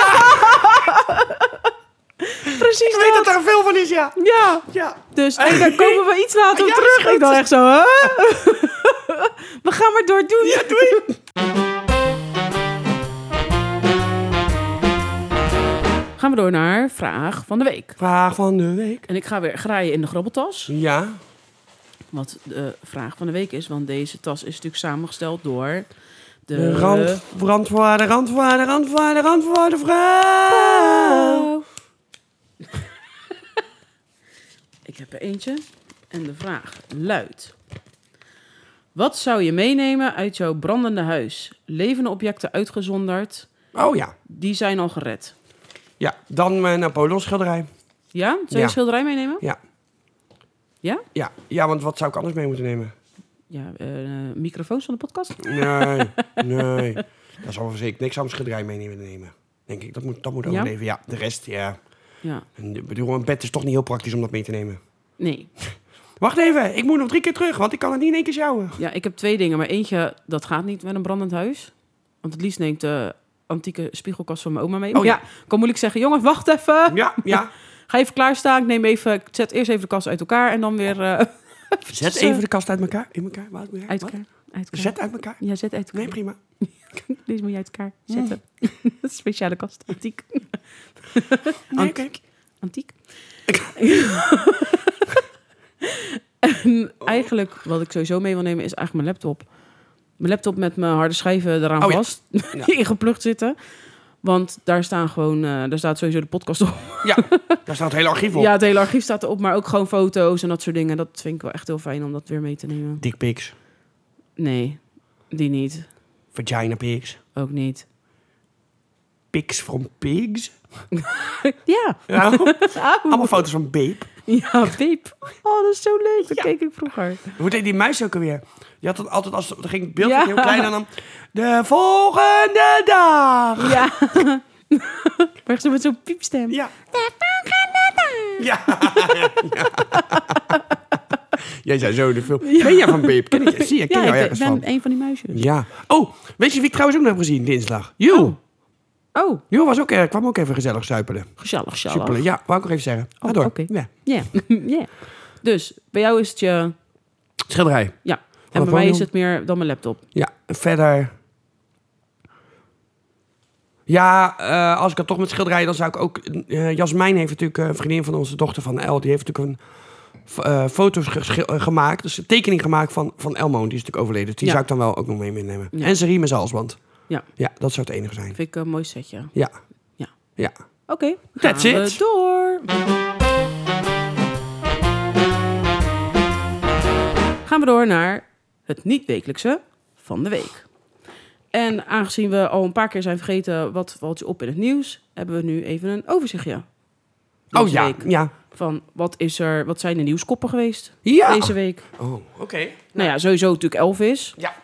Speaker 1: [laughs] Precies
Speaker 2: weet
Speaker 1: dat.
Speaker 2: dat er een film van is, ja.
Speaker 1: Ja,
Speaker 2: Ja.
Speaker 1: dus nee,
Speaker 2: [laughs]
Speaker 1: daar komen we iets later op
Speaker 2: Ja, is
Speaker 1: terug.
Speaker 2: goed.
Speaker 1: Ik dacht echt zo,
Speaker 2: [laughs]
Speaker 1: hè? we gaan maar door, doen.
Speaker 2: Ja,
Speaker 1: [laughs]
Speaker 2: doei.
Speaker 1: Gaan we door naar vraag van de week.
Speaker 2: Vraag van de week.
Speaker 1: En ik ga weer graaien in de grabbeltas.
Speaker 2: Ja.
Speaker 1: Wat de vraag van de week is, want deze tas is natuurlijk samengesteld door... De,
Speaker 2: De rand, randwaarde, randwaarde, randwaarde, randwaarde, vrouw.
Speaker 1: Oh. [laughs] Ik heb er eentje. En de vraag luidt: Wat zou je meenemen uit jouw brandende huis? Levende objecten uitgezonderd,
Speaker 2: Oh ja.
Speaker 1: die zijn al gered.
Speaker 2: Ja, dan mijn Napoleon schilderij.
Speaker 1: Ja? Zou je
Speaker 2: Ja.
Speaker 1: een schilderij meenemen?
Speaker 2: Ja.
Speaker 1: Ja?
Speaker 2: Ja. ja, want wat zou ik anders mee moeten nemen?
Speaker 1: Ja, eh, eh, microfoons van de podcast.
Speaker 2: [laughs] Nee, nee. Daar zou ik zeker niks anders gedraai mee nemen- nemen. Denk ik, dat moet, dat moet
Speaker 1: Ja?
Speaker 2: overleven. Ja, de rest, ja.
Speaker 1: Ja.
Speaker 2: En, ik bedoel, een bed is toch niet heel praktisch om dat mee te nemen.
Speaker 1: Nee.
Speaker 2: Wacht even, ik moet nog drie keer terug, want ik kan het niet in één keer sjouwen.
Speaker 1: Ja, ik heb twee dingen. Maar eentje, dat gaat niet met een brandend huis. Want het liefst neemt de antieke spiegelkast van mijn oma mee.
Speaker 2: Oh,
Speaker 1: Maar ja, kan moeilijk zeggen, jongens, wacht even.
Speaker 2: Ja, ja.
Speaker 1: Ga even klaarstaan. Ik neem even, ik zet eerst even de kast uit elkaar en dan weer... eh,
Speaker 2: [laughs] Zet even de kast uit elkaar. In elkaar, wat? Wat?
Speaker 1: [laughs] uit elkaar. Uit elkaar.
Speaker 2: Zet uit elkaar.
Speaker 1: Ja, zet uit elkaar.
Speaker 2: Nee, prima.
Speaker 1: Deze moet je uit elkaar zetten. [laughs] Dat is een speciale kast. Mm. Antiek.
Speaker 2: Nee, oké.
Speaker 1: Antiek. en Ehm, eigenlijk, wat ik sowieso mee wil nemen, is eigenlijk mijn laptop. Mijn laptop met mijn harde schijven eraan
Speaker 2: Oh ja.
Speaker 1: vast. [laughs]
Speaker 2: Ja.
Speaker 1: ingeplucht zitten. Want daar staan gewoon, eh, daar staat sowieso de podcast op.
Speaker 2: [laughs] Ja, daar staat het hele archief op.
Speaker 1: Ja, het hele archief staat erop, maar ook gewoon foto's en dat soort dingen. Dat vind ik wel echt heel fijn om dat weer mee te nemen.
Speaker 2: Dick pics,
Speaker 1: Nee, die niet.
Speaker 2: vagina pics,
Speaker 1: Ook niet.
Speaker 2: pics from [laughs] pigs.
Speaker 1: Ja. [laughs]
Speaker 2: Ja,
Speaker 1: Auw.
Speaker 2: allemaal foto's van Beep.
Speaker 1: Ja, piep. Oh, dat is zo leuk. Dat keek ik vroeger.
Speaker 2: Hoe deed die muis ook alweer? Die had het altijd als er ging het beeld
Speaker 1: Ja.
Speaker 2: heel klein en dan de volgende dag.
Speaker 1: Ja. Maar zo met zo'n piepstem.
Speaker 2: Ja. Ja. Ja. Jij zei zo de film. Ben jij van Beep? Ken ik je? Zie je,
Speaker 1: [laughs]
Speaker 2: ken
Speaker 1: Ja,
Speaker 2: je jou
Speaker 1: ik
Speaker 2: ergens
Speaker 1: ben
Speaker 2: van?
Speaker 1: een van die muisjes.
Speaker 2: Ja. Oh, weet je wie ik trouwens ook nog heb gezien dinsdag? Jo.
Speaker 1: Oh,
Speaker 2: Jo was ook, eh, kwam ook even gezellig suipelen.
Speaker 1: gezellig, gezellig.
Speaker 2: Suppelen. Ja, wou ik nog even zeggen. Ga
Speaker 1: Oh,
Speaker 2: door.
Speaker 1: oké.
Speaker 2: Ja.
Speaker 1: Ja, [laughs] ja. Dus, bij jou is het je...
Speaker 2: Schilderij.
Speaker 1: Ja. En bij
Speaker 2: Napoleon.
Speaker 1: mij is het meer dan mijn laptop.
Speaker 2: Ja, verder. Ja, eh, als ik het toch met schilderijen, dan zou ik ook. eh, Jasmijn heeft natuurlijk eh, een vriendin van onze dochter van El. Die heeft natuurlijk een f- eh, foto's geschil- eh, gemaakt. Dus een tekening gemaakt van, van Elmo. Die is natuurlijk overleden. dus Die
Speaker 1: Ja.
Speaker 2: zou ik dan wel ook nog mee meenemen.
Speaker 1: Ja.
Speaker 2: En zijn riem en zijn halsband.
Speaker 1: Ja.
Speaker 2: Ja, dat zou het enige zijn.
Speaker 1: Vind ik een mooi setje.
Speaker 2: Ja.
Speaker 1: Ja.
Speaker 2: Ja.
Speaker 1: Oké,
Speaker 2: That's
Speaker 1: gaan we
Speaker 2: it.
Speaker 1: door. Gaan we door naar het niet-wekelijkse van de week. En aangezien we al een paar keer zijn vergeten wat valt je op in het nieuws, hebben we nu even een overzichtje.
Speaker 2: Oh
Speaker 1: Deze
Speaker 2: ja.
Speaker 1: week.
Speaker 2: Ja.
Speaker 1: Van wat, is er, wat zijn de nieuwskoppen geweest
Speaker 2: Ja.
Speaker 1: deze week?
Speaker 2: Oh, oké.
Speaker 1: Nou ja, sowieso natuurlijk Elvis.
Speaker 2: Ja.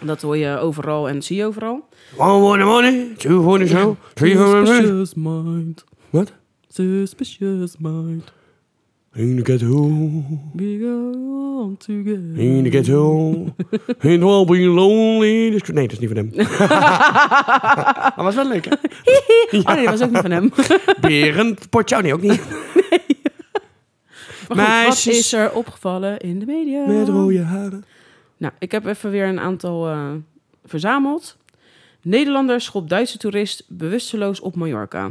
Speaker 1: Dat hoor je overal en dat zie je overal.
Speaker 2: One for the money, two for the show, three for the money.
Speaker 1: mind,
Speaker 2: Wat?
Speaker 1: suspicious mind.
Speaker 2: In the ghetto.
Speaker 1: We go on together.
Speaker 2: In the ghetto.
Speaker 1: [laughs]
Speaker 2: It will be lonely. Dus- Nee, dat is niet van hem.
Speaker 1: [laughs]
Speaker 2: maar was wel leuk, hè?
Speaker 1: Oh nee, dat was ook niet van
Speaker 2: [laughs]
Speaker 1: hem. Maar
Speaker 2: Berend Potjouw, nee, ook niet.
Speaker 1: [laughs] goed, wat
Speaker 2: Meisjes.
Speaker 1: is er opgevallen in de media?
Speaker 2: Met rode haren.
Speaker 1: Nou, ik heb even weer een aantal eh, verzameld. Nederlander schopt Duitse toerist bewusteloos op Mallorca.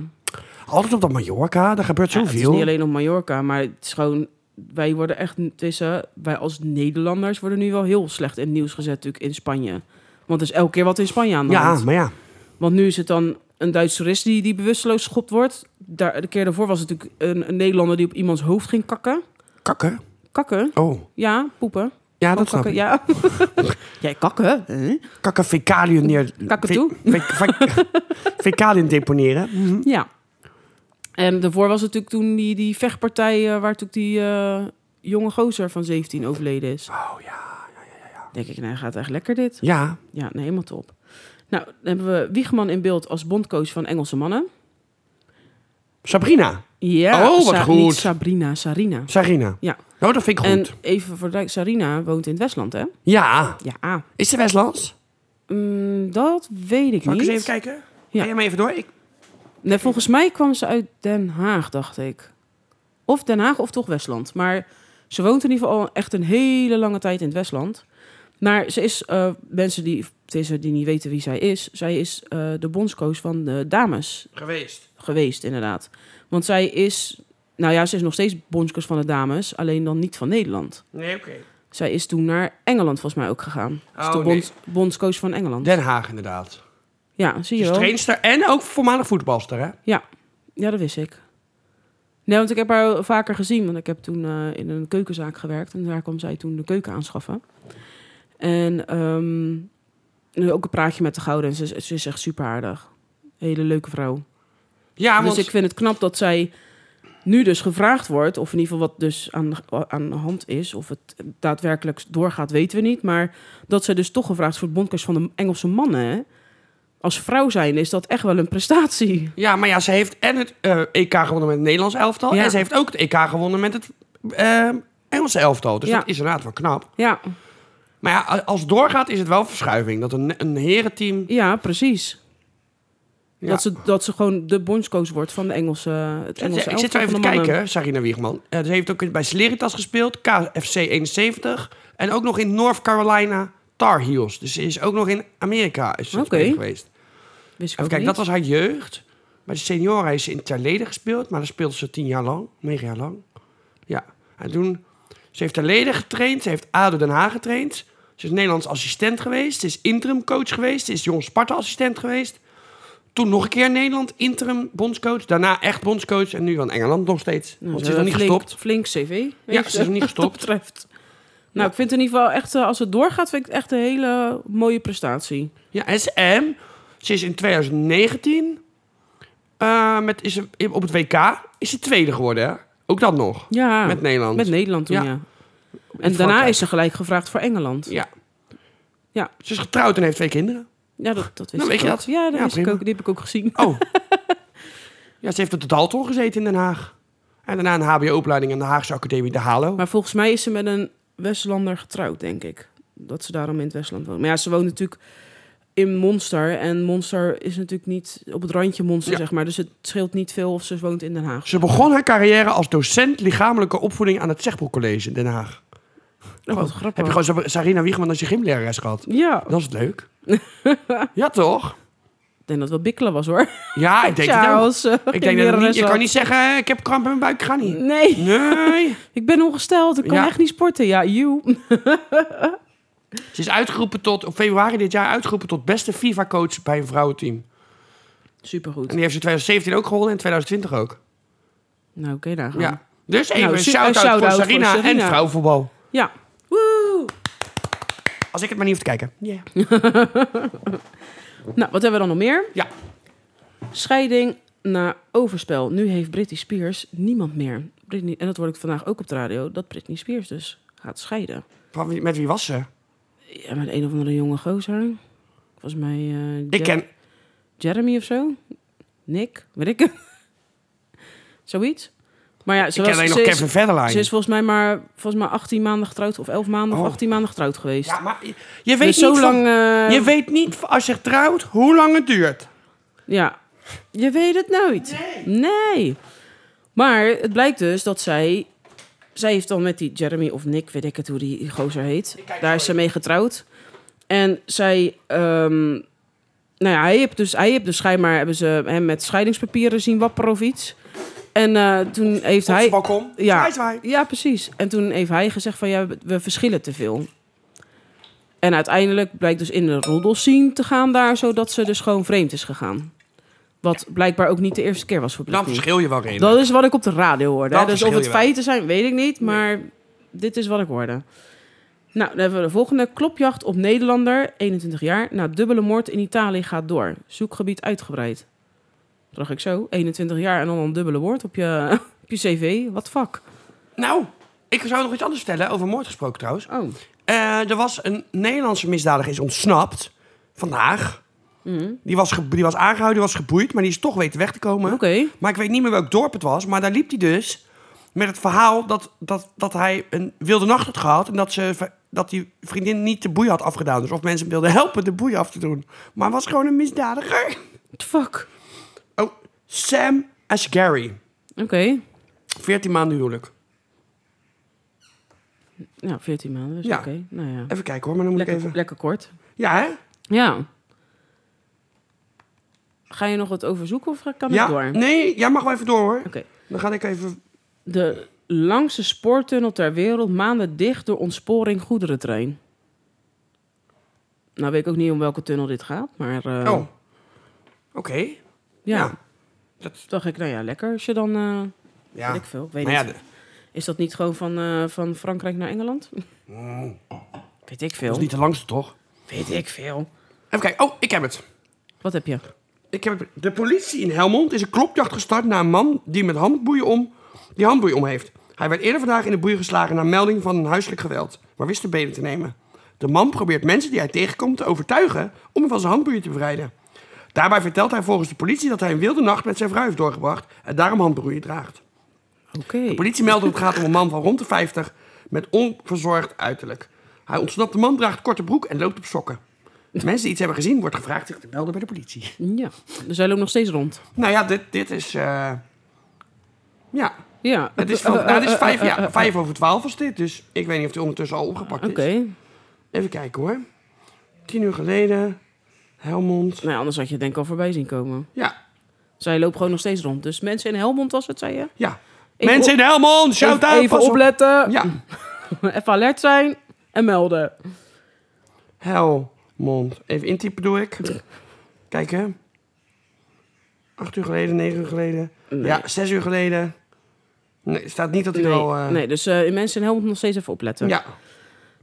Speaker 2: Altijd op dat Mallorca, daar gebeurt
Speaker 1: Ja, het is
Speaker 2: zoveel.
Speaker 1: niet alleen op Mallorca, maar het is gewoon... Wij worden echt, tussen, wij als Nederlanders worden nu wel heel slecht in het nieuws gezet natuurlijk in Spanje. Want er is elke keer wat in Spanje aan de hand.
Speaker 2: ja, maar ja.
Speaker 1: Want nu is het dan een Duitse toerist die, die bewusteloos geschopt wordt. Daar, de keer daarvoor was het natuurlijk een, een Nederlander die op iemands hoofd ging kakken.
Speaker 2: Kakken.
Speaker 1: Kakken?
Speaker 2: Oh.
Speaker 1: Ja, poepen.
Speaker 2: Ja,
Speaker 1: Oh,
Speaker 2: dat snap
Speaker 1: kakken,
Speaker 2: ik.
Speaker 1: ja. [laughs] Jij kakken? hè?
Speaker 2: Kakken
Speaker 1: [laughs]
Speaker 2: fecaliën neer...
Speaker 1: Kakken toe.
Speaker 2: Fe- fe- fe-
Speaker 1: [laughs]
Speaker 2: fecaliën deponeren. Mhm.
Speaker 1: Ja. En daarvoor was het natuurlijk toen die, die vechtpartij eh, waar natuurlijk die eh, jonge gozer van 17 overleden is.
Speaker 2: Oh ja. Ah.
Speaker 1: Denk ik, nou gaat echt lekker dit.
Speaker 2: Ja.
Speaker 1: Ja, nee, helemaal top. Nou, dan hebben we Wiegman in beeld als bondcoach van Engelse mannen.
Speaker 2: Sabrina.
Speaker 1: Ja,
Speaker 2: Oh, wat goed.
Speaker 1: niet Sabrina, Sarina.
Speaker 2: Sarina.
Speaker 1: Ja.
Speaker 2: Oh, dat vind ik
Speaker 1: En
Speaker 2: goed.
Speaker 1: even voor de- Sarina woont in het Westland, hè?
Speaker 2: Ja.
Speaker 1: Ja,
Speaker 2: Is ze Westlands?
Speaker 1: mm, dat weet ik
Speaker 2: Mag ik
Speaker 1: niet.
Speaker 2: eens even kijken? Ja.
Speaker 1: Ja.
Speaker 2: jij maar even door? Ik...
Speaker 1: Nee, volgens mij kwam ze uit Den Haag, dacht ik. Of Den Haag of toch Westland. Maar ze woont in ieder geval al echt een hele lange tijd in het Westland. Maar ze is, eh, mensen die, tussen die niet weten wie zij is, zij is eh, de bondscoach van de dames
Speaker 2: Geweest.
Speaker 1: geweest, inderdaad. Want zij is, nou ja, ze is nog steeds bondscoach van de dames, alleen dan niet van Nederland.
Speaker 2: Nee, oké.
Speaker 1: Zij is toen naar Engeland volgens mij ook gegaan. Ze is
Speaker 2: Oh,
Speaker 1: de bonds- bondscoach van Engeland.
Speaker 2: Den Haag inderdaad.
Speaker 1: Ja, zie je
Speaker 2: Dus
Speaker 1: wel.
Speaker 2: trainster en ook voormalig voetbalster, hè?
Speaker 1: Ja, ja, dat wist ik. Nee, want ik heb haar vaker gezien. Want ik heb toen eh, in een keukenzaak gewerkt. En daar kwam zij toen de keuken aanschaffen. En ehm, nu ook een praatje met de gouden. En ze, ze is echt super aardig. Hele leuke vrouw.
Speaker 2: Ja,
Speaker 1: dus ik vind het knap dat zij nu dus gevraagd wordt, of in ieder geval wat dus aan de, aan de hand is, of het daadwerkelijk doorgaat, weten we niet. Maar dat zij dus toch gevraagd is voor het bondkast van de Engelse mannen. hè. Als vrouw zijn is dat echt wel een prestatie.
Speaker 2: Ja, maar ja, ze heeft en het eh, EK gewonnen met het Nederlands elftal.
Speaker 1: Ja.
Speaker 2: En ze heeft ook het EK gewonnen met het eh, Engelse elftal. Dus
Speaker 1: Ja.
Speaker 2: dat is inderdaad wel knap.
Speaker 1: Ja,
Speaker 2: Maar ja, a- als het doorgaat is het wel verschuiving. Dat een, een herenteam...
Speaker 1: ja precies.
Speaker 2: Ja.
Speaker 1: Dat, ze, dat ze gewoon de bondscoach wordt van de Engelse, het
Speaker 2: En
Speaker 1: Engelse
Speaker 2: ze- ik zit zo
Speaker 1: elftal
Speaker 2: even
Speaker 1: van
Speaker 2: te
Speaker 1: de mannen.
Speaker 2: kijken, Sarina Wiegman. Eh, ze heeft ook bij Sleritas gespeeld, KFC 71. En ook nog in North Carolina Tar Heels. Dus ze is ook nog in Amerika is ze
Speaker 1: Oké.
Speaker 2: speler geweest.
Speaker 1: Wist ik
Speaker 2: Even
Speaker 1: ook
Speaker 2: kijken, dat
Speaker 1: niet.
Speaker 2: was haar jeugd. Bij de senioren heeft ze in Terlede gespeeld. Maar daar speelde ze tien jaar lang, negen jaar lang. Ja, en toen... Ze heeft Terlede getraind, ze heeft ADO Den Haag getraind. Ze is Nederlands assistent geweest, ze is interim coach geweest. Ze is Jong Sparta assistent geweest. Toen nog een keer Nederland, interim bondscoach. Daarna echt bondscoach en nu van Engeland nog steeds.
Speaker 1: Nou,
Speaker 2: want
Speaker 1: ze
Speaker 2: ze is nog niet
Speaker 1: flink-
Speaker 2: gestopt.
Speaker 1: Flink cv.
Speaker 2: Ja,
Speaker 1: weet je,
Speaker 2: ze is nog niet
Speaker 1: [laughs] wat dat
Speaker 2: gestopt.
Speaker 1: betreft. Nou, ik vind in ieder geval echt, eh, als het doorgaat, vind ik het echt een hele mooie prestatie.
Speaker 2: Ja, SM. Ze is in 2019 eh, met, is ze, op het WK is ze tweede geworden, hè? Ook dat nog.
Speaker 1: Ja,
Speaker 2: Met Nederland.
Speaker 1: Ah, met Nederland toen,
Speaker 2: Ja.
Speaker 1: ja. En daarna
Speaker 2: Frankrijk.
Speaker 1: is ze gelijk gevraagd voor Engeland.
Speaker 2: Ja.
Speaker 1: Ja.
Speaker 2: Ze is getrouwd en heeft twee kinderen.
Speaker 1: Ja, dat, dat wist
Speaker 2: Nou,
Speaker 1: ik
Speaker 2: weet je
Speaker 1: ook.
Speaker 2: dat?
Speaker 1: Ja, dat
Speaker 2: Ja,
Speaker 1: wist ik
Speaker 2: prima.
Speaker 1: ook. Die heb ik ook gezien. [laughs]
Speaker 2: Oh. ja, ze heeft op de Dalton gezeten in Den Haag. En daarna een HBO-opleiding aan de Haagse Academie De Halo.
Speaker 1: Maar volgens mij is ze met een Westlander getrouwd, denk ik. Dat ze daarom in het Westland woont. Maar ja, ze woont natuurlijk in Monster. En Monster is natuurlijk niet op het randje Monster,
Speaker 2: Ja.
Speaker 1: zeg maar. Dus het scheelt niet veel of ze woont in Den Haag.
Speaker 2: Ze begon haar carrière als docent lichamelijke opvoeding aan het Zegboek College in Den Haag.
Speaker 1: Oh, wat
Speaker 2: Gewoon,
Speaker 1: grappig.
Speaker 2: Heb je gewoon Sarina Wiegman als je gymlerares gehad?
Speaker 1: Ja,
Speaker 2: Dat is het leuk. ja, toch?
Speaker 1: ik denk dat het wel bikkelen was, hoor.
Speaker 2: Ja, Ah, ik denk het ook.
Speaker 1: Charles, eh,
Speaker 2: Ik denk dat het niet- je kan niet zeggen, eh, ik heb kramp in mijn buik, ik ga niet.
Speaker 1: [laughs] Nee,
Speaker 2: Nee.
Speaker 1: ik ben ongesteld. Ik kan
Speaker 2: Ja.
Speaker 1: echt niet sporten. Ja, you.
Speaker 2: Ze is uitgeroepen tot, op februari dit jaar, uitgeroepen tot beste FIFA-coach bij een vrouwenteam. En
Speaker 1: Supergoed.
Speaker 2: die heeft ze in 2017 ook gewonnen en 2020 ook.
Speaker 1: Nou, oké, daar gaan we.
Speaker 2: Ja. Dus even
Speaker 1: Nou,
Speaker 2: een
Speaker 1: su-
Speaker 2: shout-out
Speaker 1: een
Speaker 2: voor,
Speaker 1: shout-out voor
Speaker 2: Sarina en
Speaker 1: Sarina.
Speaker 2: vrouwenvoetbal.
Speaker 1: Ja. Woe!
Speaker 2: Als ik het maar niet hoef te kijken. Ja.
Speaker 1: Nou, wat hebben we dan nog meer?
Speaker 2: Ja.
Speaker 1: Scheiding na overspel. Nu heeft Britney Spears niemand meer. Britney, en dat hoor ik vandaag ook op de radio, dat Britney Spears dus gaat scheiden.
Speaker 2: Van wie- Met wie was ze?
Speaker 1: Ja, met een of andere jonge gozer. Volgens mij eh,
Speaker 2: Ik
Speaker 1: Je-
Speaker 2: ken...
Speaker 1: Jeremy of zo. Nick, weet ik. [laughs] Zoiets. Maar ja, ze
Speaker 2: Ik ken
Speaker 1: was,
Speaker 2: alleen nog
Speaker 1: ze, is,
Speaker 2: Kevin Federline.
Speaker 1: ze is volgens mij maar volgens mij 18 maanden getrouwd of 11 maanden
Speaker 2: Oh.
Speaker 1: of 18 maanden getrouwd geweest.
Speaker 2: Ja, maar je- je weet,
Speaker 1: dus zo
Speaker 2: niet van-
Speaker 1: lang. eh,
Speaker 2: je weet niet, van- als je trouwt, hoe lang het duurt.
Speaker 1: Ja, je weet het nooit. Nee. Maar het blijkt dus dat zij... Zij heeft dan met die Jeremy of Nick, weet ik het hoe die gozer heet.
Speaker 2: kijk
Speaker 1: Daar
Speaker 2: zo
Speaker 1: is ze mee getrouwd. En zij... ehm, nou ja, hij heeft dus, hij heeft dus schijnbaar... Hebben ze hem met scheidingspapieren zien wapperen of iets. En eh, toen heeft
Speaker 2: Op
Speaker 1: hij...
Speaker 2: het balkon.
Speaker 1: Ja.
Speaker 2: Zwaai, zwaai.
Speaker 1: Ja, precies. En toen heeft hij gezegd van ja, we verschillen te veel. En uiteindelijk blijkt dus in de roddelscene te gaan daar, zodat ze dus gewoon vreemd is gegaan. Wat blijkbaar ook niet de eerste keer was voor
Speaker 2: Dan
Speaker 1: Britney.
Speaker 2: verschil je wel redelijk.
Speaker 1: Dat is wat ik op de radio hoorde.
Speaker 2: Dan
Speaker 1: hè. Dus of
Speaker 2: verschil
Speaker 1: het
Speaker 2: je wel.
Speaker 1: feiten zijn, weet ik niet. Maar dit is wat ik hoorde. Nou, dan hebben we de volgende. Klopjacht op Nederlander, 21 jaar. Na dubbele moord in Italië gaat door. Zoekgebied uitgebreid. Toen dacht ik zo, 21 jaar en dan een dubbele moord op je, [laughs] op je cv. Wat fuck?
Speaker 2: Nou, ik zou nog iets anders vertellen, over moord gesproken trouwens.
Speaker 1: Oh.
Speaker 2: Eh, er was een Nederlandse misdadiger is ontsnapt, vandaag.
Speaker 1: Mhm.
Speaker 2: Die, was ge- die was aangehouden, die was geboeid, maar die is toch weten weg te komen.
Speaker 1: Oké.
Speaker 2: Maar ik weet niet meer welk dorp het was, maar daar liep hij dus met het verhaal dat, dat, dat hij een wilde nacht had gehad... en dat, ze, ver- dat die vriendin niet de boei had afgedaan. Dus of mensen hem wilden helpen de boei af te doen. Maar hij was gewoon een misdadiger.
Speaker 1: What the fuck?
Speaker 2: Oh, Sam Asghari,
Speaker 1: Oké.
Speaker 2: 14 maanden huwelijk.
Speaker 1: Ja, 14 maanden. Dus
Speaker 2: Ja.
Speaker 1: oké. Nou ja.
Speaker 2: Even kijken hoor, maar dan moet
Speaker 1: Lekker,
Speaker 2: ik even...
Speaker 1: lekker kort.
Speaker 2: Ja, hè?
Speaker 1: Ja. Ga je nog wat overzoeken of kan ik
Speaker 2: Ja,
Speaker 1: door? Oké.
Speaker 2: nee, jij mag wel even door hoor. Dan ga ik even...
Speaker 1: De langste spoortunnel ter wereld, maanden dicht door ontsporing goederentrein. Nou weet ik ook niet om welke tunnel dit gaat, maar... eh,
Speaker 2: Oh, oké.
Speaker 1: Ja.
Speaker 2: ja. Dat-
Speaker 1: Toen dacht ik, nou ja, lekker als je dan... eh
Speaker 2: Ja.
Speaker 1: Weet ik veel, weet
Speaker 2: Maar ja,
Speaker 1: niet.
Speaker 2: de-
Speaker 1: Is dat niet gewoon van, eh, van Frankrijk naar Engeland? Weet ik
Speaker 2: Mm. dat
Speaker 1: veel.
Speaker 2: is niet de langste, toch?
Speaker 1: Weet ik veel.
Speaker 2: Even kijken. Oh, ik heb het.
Speaker 1: Wat heb je?
Speaker 2: Ik heb het. De politie in Helmond is een klopjacht gestart naar een man die met handboeien om die handboei om heeft. Hij werd eerder vandaag in de boei geslagen na melding van een huiselijk geweld, maar wist de benen te nemen. De man probeert mensen die hij tegenkomt te overtuigen om hem van zijn handboeien te bevrijden. Daarbij vertelt hij volgens de politie dat hij een wilde nacht met zijn vrouw heeft doorgebracht en daarom handboeien draagt.
Speaker 1: Oké.
Speaker 2: De politie meldt dat het gaat om een man van rond de 50 met onverzorgd uiterlijk. Hij ontsnapt de man, draagt korte broek en loopt op sokken. Mensen die iets hebben gezien, wordt gevraagd zich te melden bij de politie.
Speaker 1: Ja, dus hij loopt nog steeds rond.
Speaker 2: Nou ja, dit, dit is. eh,
Speaker 1: [laughs]
Speaker 2: ja,
Speaker 1: Ja.
Speaker 2: het is, veel- nou, het is vijf,
Speaker 1: Eh,
Speaker 2: ja, vijf over twaalf was dit, dus ik weet niet of hij ondertussen al opgepakt
Speaker 1: Oké.
Speaker 2: is. Even kijken hoor. Tien uur geleden, Helmond.
Speaker 1: Nou, ja, anders had je het denk ik al voorbij zien komen.
Speaker 2: Ja,
Speaker 1: Zij loopt gewoon nog steeds rond. Dus mensen in Helmond was het, zei je?
Speaker 2: ja.
Speaker 1: Even
Speaker 2: Mensen in Helmond, shout
Speaker 1: Even,
Speaker 2: out!
Speaker 1: even
Speaker 2: pas op.
Speaker 1: opletten.
Speaker 2: Ja,
Speaker 1: [laughs] Even alert zijn en melden.
Speaker 2: Helmond. Even intypen doe ik. Kijken. Acht uur geleden, negen uur geleden. Ja, zes uur geleden. Nee, het staat niet dat hij
Speaker 1: Nee,
Speaker 2: er al... eh,
Speaker 1: nee, dus eh, mensen in Helmond nog steeds even opletten.
Speaker 2: Ja,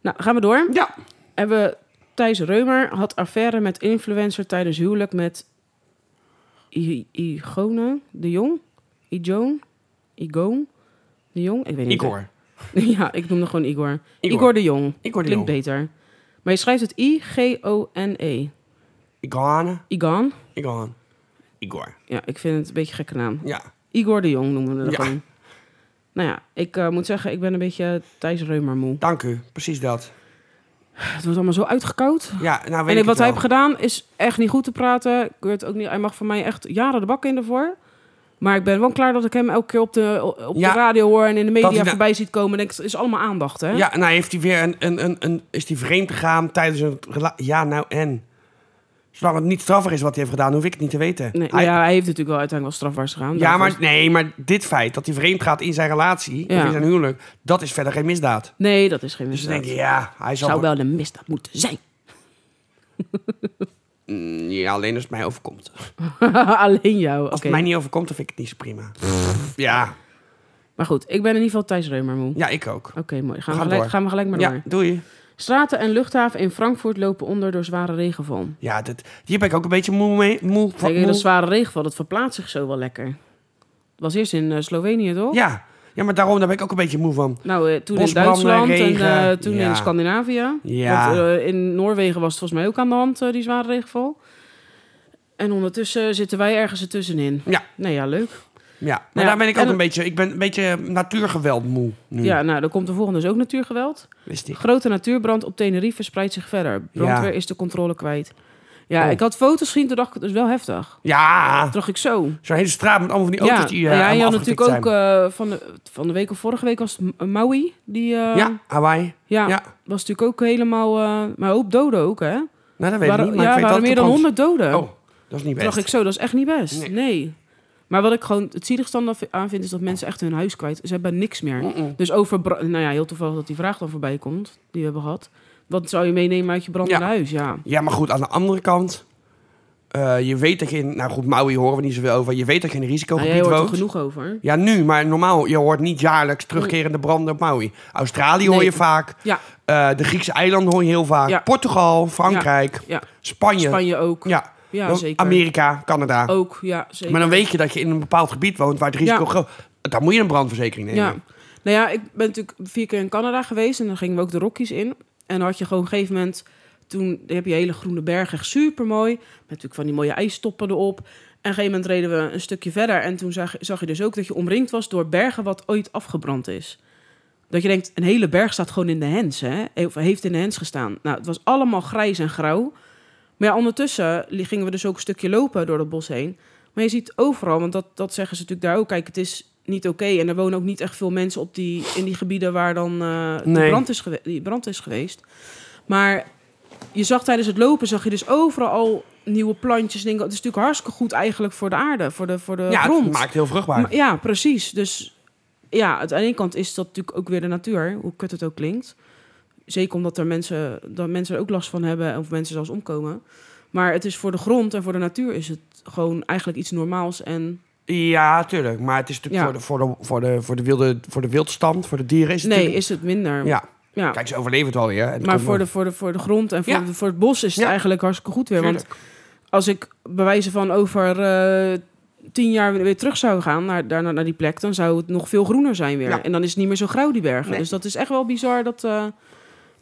Speaker 1: Nou, gaan we door.
Speaker 2: ja.
Speaker 1: Hebben we Thijs Reumer had affaire met influencer tijdens huwelijk met I- Igone de Jong. Ijoon? Igoon? De Jong? Ik weet niet.
Speaker 2: Igor.
Speaker 1: [laughs] Ja, ik noemde gewoon Igor. Igor,
Speaker 2: Igor.
Speaker 1: de Jong.
Speaker 2: Igor de
Speaker 1: Klinkt
Speaker 2: Jong.
Speaker 1: beter. Maar je schrijft het I-G-O-N-E.
Speaker 2: Igor.
Speaker 1: E. Igan?
Speaker 2: Igor. Igor.
Speaker 1: Ja, ik vind het een beetje een gekke naam.
Speaker 2: Ja.
Speaker 1: Igor de Jong noemen we dat
Speaker 2: Ja.
Speaker 1: gewoon. Nou ja, ik eh, moet zeggen, ik ben een beetje Thijs Reumer moe.
Speaker 2: Dank u. Precies dat.
Speaker 1: Het wordt allemaal zo uitgekoud.
Speaker 2: Ja, nou weet
Speaker 1: En ik, wat
Speaker 2: ik het
Speaker 1: hij
Speaker 2: wel.
Speaker 1: heeft gedaan is echt niet goed te praten. Ik weet ook niet, hij mag van mij echt jaren de bak in ervoor. Maar ik ben wel klaar dat ik hem elke keer op de, op
Speaker 2: Ja.
Speaker 1: de radio hoor en in de
Speaker 2: hij
Speaker 1: media
Speaker 2: da-
Speaker 1: voorbij ziet komen. En denk, ik, het is allemaal aandacht, hè?
Speaker 2: Ja, nou heeft hij weer een, een, een, een is hij vreemd gegaan tijdens een rela- Ja, nou en? Zolang het niet strafbaar is wat hij heeft gedaan, hoef ik het niet te weten.
Speaker 1: Nee,
Speaker 2: Hij-
Speaker 1: ja, hij heeft natuurlijk wel uiteindelijk wel strafbaars gedaan.
Speaker 2: Ja,
Speaker 1: Daarvoor
Speaker 2: maar,
Speaker 1: is-
Speaker 2: nee, maar dit feit dat hij vreemd gaat in zijn relatie,
Speaker 1: Ja.
Speaker 2: of in zijn huwelijk, dat is verder geen misdaad.
Speaker 1: Nee, dat is geen
Speaker 2: Dus dan
Speaker 1: misdaad.
Speaker 2: denk je, ja, hij zal...
Speaker 1: zou wel een misdaad moeten zijn. [laughs]
Speaker 2: Mm, Ja, alleen als het mij overkomt.
Speaker 1: Alleen jou.
Speaker 2: Als
Speaker 1: Oké.
Speaker 2: het mij niet overkomt, dan vind ik het niet zo prima. Ja,
Speaker 1: Maar goed, ik ben in ieder geval Thijs Reumer moe.
Speaker 2: ja ik ook.
Speaker 1: Oké, mooi. Gaan, we
Speaker 2: We gaan
Speaker 1: gelijk,
Speaker 2: door.
Speaker 1: gaan we gelijk maar
Speaker 2: Ja,
Speaker 1: door.
Speaker 2: doei.
Speaker 1: Straten en luchthaven in Frankfurt lopen onder door zware regenval.
Speaker 2: Ja, dat, hier ben ik ook een beetje moe mee. Moe, van-
Speaker 1: Kijk, dat
Speaker 2: moe.
Speaker 1: zware regenval, dat verplaatst zich zo wel lekker. Het was eerst in eh, Slovenië, toch?
Speaker 2: Ja. ja, maar daarom daar ben ik ook een beetje moe van.
Speaker 1: Nou, eh, toen in
Speaker 2: Bosbranden,
Speaker 1: Duitsland en
Speaker 2: regen.
Speaker 1: eh, toen
Speaker 2: Ja.
Speaker 1: in Scandinavië.
Speaker 2: Ja.
Speaker 1: Want eh, in Noorwegen was het volgens mij ook aan de hand, eh, die zware regenval. En ondertussen zitten wij ergens ertussenin.
Speaker 2: Ja,
Speaker 1: Nou ja, leuk.
Speaker 2: ja. maar
Speaker 1: Ja,
Speaker 2: daar ben ik
Speaker 1: en-
Speaker 2: ook een beetje... Ik ben een beetje natuurgeweld moe nu,
Speaker 1: Ja, nou, dan komt de volgende dus ook natuurgeweld.
Speaker 2: wist ik.
Speaker 1: Grote natuurbrand op Tenerife verspreidt zich verder. Brandweer
Speaker 2: Ja.
Speaker 1: is de controle kwijt. Ja,
Speaker 2: Oh.
Speaker 1: ik had foto's gezien, toen dacht ik, het is wel heftig.
Speaker 2: Ja,
Speaker 1: Toen dacht ik zo.
Speaker 2: zo'n hele straat met allemaal van die
Speaker 1: ja,
Speaker 2: auto's die
Speaker 1: nou
Speaker 2: eh
Speaker 1: ja, en je
Speaker 2: allemaal
Speaker 1: had
Speaker 2: afgetikt
Speaker 1: natuurlijk ook
Speaker 2: zijn.
Speaker 1: eh, van, de, van de week of vorige week was het M- Maui. Die, eh,
Speaker 2: ja, Hawaii.
Speaker 1: ja,
Speaker 2: ja.
Speaker 1: was natuurlijk ook helemaal... eh, maar ook doden ook, hè?
Speaker 2: Nou, dat weet
Speaker 1: Waren-
Speaker 2: ik niet, maar
Speaker 1: ja,
Speaker 2: ik weet
Speaker 1: waren
Speaker 2: dat
Speaker 1: meer
Speaker 2: het
Speaker 1: dan
Speaker 2: op-
Speaker 1: 100 doden.
Speaker 2: Oh, dat is niet
Speaker 1: Toen
Speaker 2: best.
Speaker 1: dacht ik zo, dat is echt niet best. Nee.
Speaker 2: Nee.
Speaker 1: Maar wat ik gewoon het zieligste dan aan vind, is dat mensen echt hun huis kwijt. Ze hebben niks meer.
Speaker 2: Mm-mm.
Speaker 1: Dus over... bra- Nou ja, heel toevallig dat die vraag dan voorbij komt, die we hebben gehad. Wat zou je meenemen uit je brandende
Speaker 2: Ja.
Speaker 1: huis? Ja.
Speaker 2: Ja, maar goed, aan de andere kant... eh, je weet dat je in... Nou goed, Maui horen we niet zoveel over. Je weet dat je in een
Speaker 1: Nou, jij
Speaker 2: risicogebied
Speaker 1: hoort er
Speaker 2: woont.
Speaker 1: genoeg over.
Speaker 2: Ja, nu, maar normaal, je hoort niet jaarlijks terugkerende branden op Maui. Australië hoor
Speaker 1: Nee.
Speaker 2: je vaak.
Speaker 1: Ja,
Speaker 2: eh, de Griekse eilanden hoor je heel vaak.
Speaker 1: Ja.
Speaker 2: Portugal, Frankrijk,
Speaker 1: ja.
Speaker 2: Spanje.
Speaker 1: Spanje ook. Ja,
Speaker 2: Ja, dan
Speaker 1: zeker.
Speaker 2: Amerika, Canada.
Speaker 1: Ook, ja, zeker.
Speaker 2: maar dan weet je dat je in een bepaald gebied woont waar het risico
Speaker 1: Ja.
Speaker 2: groot Dan moet je een brandverzekering nemen.
Speaker 1: Ja. Nou ja, ik ben natuurlijk vier keer in Canada geweest en dan gingen we ook de Rockies in. En dan had je gewoon op een gegeven moment, toen heb je hele groene bergen, echt super mooi. Met natuurlijk van die mooie ijstoppen erop. En op een gegeven moment reden we een stukje verder en toen zag, zag je dus ook dat je omringd was door bergen wat ooit afgebrand is. Dat je denkt, een hele berg staat gewoon in de hens, hè? Of heeft in de hens gestaan. Nou, het was allemaal grijs en grauw. Maar ja, ondertussen li- gingen we dus ook een stukje lopen door het bos heen. Maar je ziet overal, want dat, dat zeggen ze natuurlijk daar ook. Kijk, het is niet oké. En er wonen ook niet echt veel mensen op die, in die gebieden waar dan eh, die,
Speaker 2: Nee.
Speaker 1: brand is gewe- die brand is geweest. Maar je zag tijdens het lopen, zag je dus overal al nieuwe plantjes. en dingen. Het is natuurlijk hartstikke goed eigenlijk voor de aarde, voor de, voor de
Speaker 2: Ja,
Speaker 1: grond.
Speaker 2: het maakt heel vruchtbaar.
Speaker 1: Eh, Maar ja, precies. Dus ja, aan de ene kant is dat natuurlijk ook weer de natuur, hoe kut het ook klinkt. Zeker omdat er mensen, dat mensen er ook last van hebben of mensen zelfs omkomen. Maar het is voor de grond en voor de natuur is het gewoon eigenlijk iets normaals. En
Speaker 2: Ja, tuurlijk. Maar het is natuurlijk
Speaker 1: Ja.
Speaker 2: voor, de, voor, de, voor, de, voor, de wilde, voor de wildstand, voor de dieren is het
Speaker 1: nee,
Speaker 2: natuurlijk-
Speaker 1: is het minder.
Speaker 2: Ja,
Speaker 1: Ja.
Speaker 2: kijk, ze overleven het wel weer. En het
Speaker 1: maar
Speaker 2: komt
Speaker 1: voor de,
Speaker 2: nog-
Speaker 1: voor, de, voor de grond en voor,
Speaker 2: Ja.
Speaker 1: de- voor het bos is het
Speaker 2: Ja.
Speaker 1: eigenlijk hartstikke goed weer. Want
Speaker 2: Tuurlijk.
Speaker 1: als ik bewijzen van over eh, tien jaar weer terug zou gaan naar, daar, naar die plek, dan zou het nog veel groener zijn weer.
Speaker 2: Ja.
Speaker 1: En dan is het niet meer zo grauw die bergen.
Speaker 2: Nee.
Speaker 1: Dus dat is echt wel bizar dat, eh,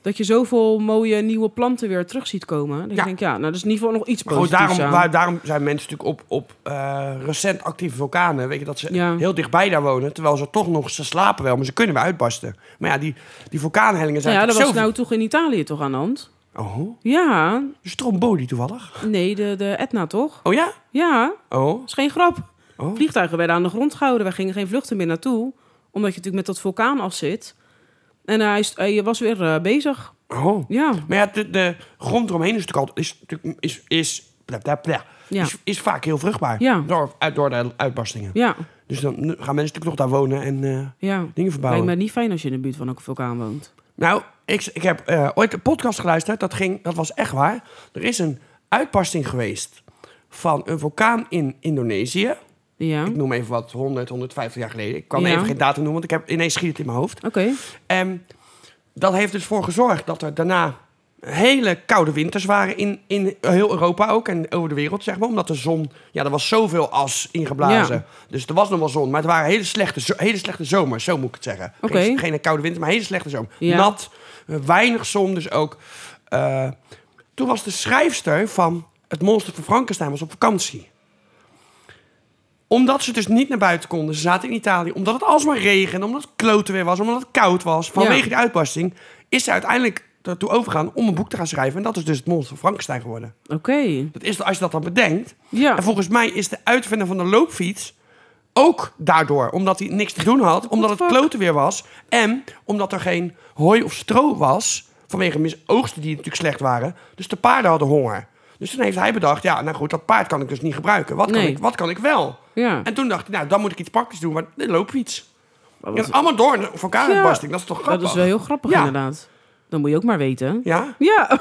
Speaker 1: dat je zoveel mooie nieuwe planten weer terug ziet komen. Dat
Speaker 2: Ja.
Speaker 1: Ik denk, ja, nou, dat is in ieder geval nog iets
Speaker 2: Maar goed,
Speaker 1: positiefs
Speaker 2: daarom,
Speaker 1: aan.
Speaker 2: waar- daarom zijn mensen natuurlijk op, op eh, recent actieve vulkanen. Weet je, dat ze
Speaker 1: Ja.
Speaker 2: heel dichtbij daar wonen. Terwijl ze toch nog, ze slapen wel, maar ze kunnen weer uitbarsten. Maar ja, die, die vulkaanhellingen
Speaker 1: Nou
Speaker 2: zijn
Speaker 1: ja, dat
Speaker 2: toch
Speaker 1: was
Speaker 2: zo...
Speaker 1: nou toch in Italië toch aan de hand?
Speaker 2: Oh,
Speaker 1: Ja,
Speaker 2: stromboli toevallig.
Speaker 1: nee, de, de Etna toch?
Speaker 2: Oh ja?
Speaker 1: Ja,
Speaker 2: Oh.
Speaker 1: dat is geen grap.
Speaker 2: oh.
Speaker 1: Vliegtuigen werden aan de grond gehouden. Wij gingen geen vluchten meer naartoe. Omdat je natuurlijk met dat vulkaan af zit. En eh, hij, is- hij was weer eh, bezig.
Speaker 2: oh.
Speaker 1: Ja,
Speaker 2: Maar ja, de, de grond eromheen is natuurlijk altijd... Is, natuurlijk- is, is, bla, bla, bla.
Speaker 1: Ja.
Speaker 2: is, is vaak heel vruchtbaar.
Speaker 1: Ja.
Speaker 2: Door, uit, door de uitbarstingen.
Speaker 1: ja,
Speaker 2: Dus dan gaan mensen natuurlijk nog daar wonen en eh,
Speaker 1: ja.
Speaker 2: dingen
Speaker 1: Lijkt
Speaker 2: verbouwen.
Speaker 1: me niet fijn als je in de buurt van een vulkaan woont.
Speaker 2: Nou, ik, ik heb eh, ooit een podcast geluisterd. Dat, ging, dat was echt waar. Er is een uitbarsting geweest van een vulkaan in Indonesië.
Speaker 1: Ja,
Speaker 2: Ik
Speaker 1: oké.
Speaker 2: noem even wat, 100, 150 jaar geleden. Ik kan
Speaker 1: Ja.
Speaker 2: even geen datum noemen, want ik heb ineens schiet het in mijn hoofd. En Ehm, dat heeft dus voor gezorgd dat er daarna hele koude winters waren in, in heel Europa ook en over de wereld, zeg maar. Omdat de zon, ja, er was zoveel as ingeblazen.
Speaker 1: Ja.
Speaker 2: Dus er was nog wel zon, maar het waren hele slechte, zo- hele slechte zomers, zo moet ik het zeggen.
Speaker 1: Oké.
Speaker 2: Geen, geen koude winter, maar hele slechte zomer.
Speaker 1: Ja.
Speaker 2: Nat, eh, weinig zon, dus ook. eh, toen was de schrijfster van Het Monster van Frankenstein was op vakantie omdat ze dus niet naar buiten konden, ze zaten in Italië, omdat het alsmaar regende, omdat het klote weer was, omdat het koud was, vanwege
Speaker 1: Ja.
Speaker 2: die uitbarsting, is ze uiteindelijk ertoe overgegaan om een boek te gaan schrijven. En dat is dus het monster van Frankenstein geworden.
Speaker 1: Oké.
Speaker 2: Dat is, als je dat dan bedenkt.
Speaker 1: Ja,
Speaker 2: En volgens mij is de uitvinder van de loopfiets ook daardoor, omdat hij niks te doen had, omdat het
Speaker 1: fuck?
Speaker 2: klote weer was en omdat er geen hooi of stro was, vanwege misoogsten die natuurlijk slecht waren. Dus de paarden hadden honger. Dus toen heeft hij bedacht, ja, nou goed, dat paard kan ik dus niet gebruiken. Wat kan,
Speaker 1: Nee.
Speaker 2: ik, wat kan ik wel?
Speaker 1: ja.
Speaker 2: En toen dacht ik, nou, dan moet ik iets praktisch doen, maar de loopfiets.
Speaker 1: Maar
Speaker 2: Ja,
Speaker 1: wat-
Speaker 2: allemaal door een vulkaanuitbarsting, dat is toch
Speaker 1: dat
Speaker 2: grappig?
Speaker 1: is wel heel grappig
Speaker 2: Ja.
Speaker 1: inderdaad. Dan moet je ook maar weten.
Speaker 2: Ja,
Speaker 1: Ja,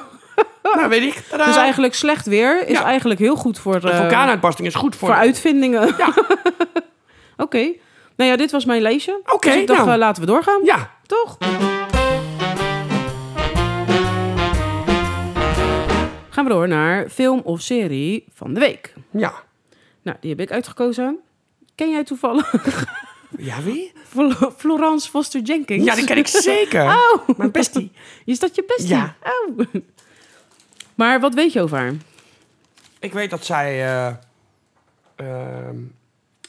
Speaker 2: nou weet ik. Tadaa.
Speaker 1: dus eigenlijk slecht weer is
Speaker 2: Ja.
Speaker 1: eigenlijk heel goed voor...
Speaker 2: Een
Speaker 1: eh,
Speaker 2: vulkaanuitbarsting is goed voor...
Speaker 1: voor uitvindingen.
Speaker 2: Ja.
Speaker 1: [laughs] Oké. Nou ja, dit was mijn lijstje.
Speaker 2: Oké,
Speaker 1: dus ik dacht,
Speaker 2: nou.
Speaker 1: eh, laten we doorgaan.
Speaker 2: Ja,
Speaker 1: Toch? Gaan we door naar film of serie van de week.
Speaker 2: ja.
Speaker 1: Nou, die heb ik uitgekozen. Ken jij toevallig [laughs]
Speaker 2: Ja, wie?
Speaker 1: Flo- Florence Foster Jenkins?
Speaker 2: Ja, die
Speaker 1: [laughs]
Speaker 2: ken ik zeker.
Speaker 1: Oh,
Speaker 2: Mijn bestie.
Speaker 1: [laughs] is dat je beste?
Speaker 2: Ja.
Speaker 1: Oh. [laughs] Maar wat weet je over haar?
Speaker 2: Ik weet dat zij eh, ehm,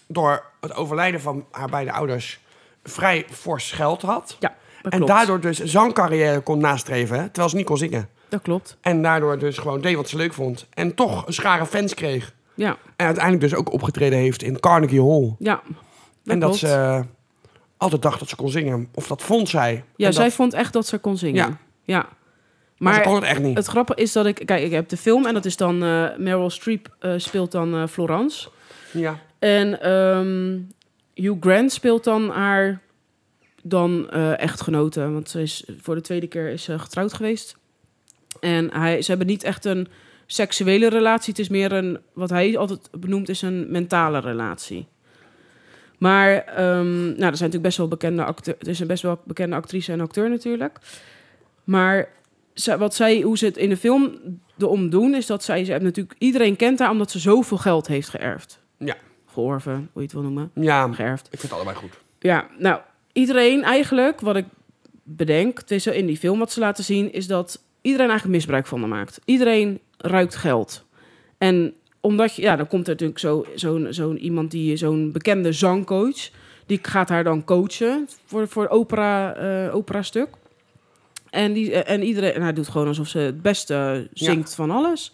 Speaker 2: door het overlijden van haar beide ouders vrij fors geld had.
Speaker 1: Ja, dat
Speaker 2: en
Speaker 1: klopt.
Speaker 2: daardoor dus een zangcarrière kon nastreven, hè, terwijl ze niet kon zingen.
Speaker 1: Dat klopt.
Speaker 2: En daardoor dus gewoon deed wat ze leuk vond. En toch een schare fans kreeg.
Speaker 1: Ja,
Speaker 2: En uiteindelijk dus ook opgetreden heeft in Carnegie Hall.
Speaker 1: ja. Dat
Speaker 2: en dat
Speaker 1: klopt.
Speaker 2: ze eh, altijd dacht dat ze kon zingen. Of dat vond zij. En
Speaker 1: Ja,
Speaker 2: dat-
Speaker 1: zij vond echt dat ze kon zingen.
Speaker 2: Ja.
Speaker 1: ja.
Speaker 2: maar ze
Speaker 1: Maar
Speaker 2: kon het echt niet.
Speaker 1: Het grappige is dat ik... Kijk, ik heb de film en dat is dan... eh, Meryl Streep eh, speelt dan eh, Florence.
Speaker 2: ja.
Speaker 1: En ehm, Hugh Grant speelt dan haar dan eh, echtgenote. Want ze is voor de tweede keer is ze getrouwd geweest. En hij, ze hebben niet echt een seksuele relatie. Het is meer een, wat hij altijd benoemt, is een mentale relatie. Maar ehm, nou, er zijn natuurlijk best wel bekende acteur. Het is een best wel bekende actrice en acteur natuurlijk. Maar ze- wat zij, hoe ze het in de film erom doen, is dat zij, ze hebben natuurlijk, iedereen kent haar omdat ze zoveel geld heeft geërfd.
Speaker 2: Ja.
Speaker 1: Georven, hoe je het wil noemen.
Speaker 2: ja, ik
Speaker 1: Geërfd.
Speaker 2: vind het allebei goed.
Speaker 1: Ja, nou, iedereen eigenlijk, wat ik bedenk, het is zo in die film wat ze laten zien, is dat iedereen eigenlijk misbruik van haar maakt. Iedereen ruikt geld. En omdat je, ja, dan komt er natuurlijk zo- zo'n zo'n iemand die, zo'n bekende zangcoach, die gaat haar dan coachen voor, voor opera, eh opera-stuk. En, die, eh, en iedereen, en hij doet gewoon alsof ze het beste eh, zingt van alles.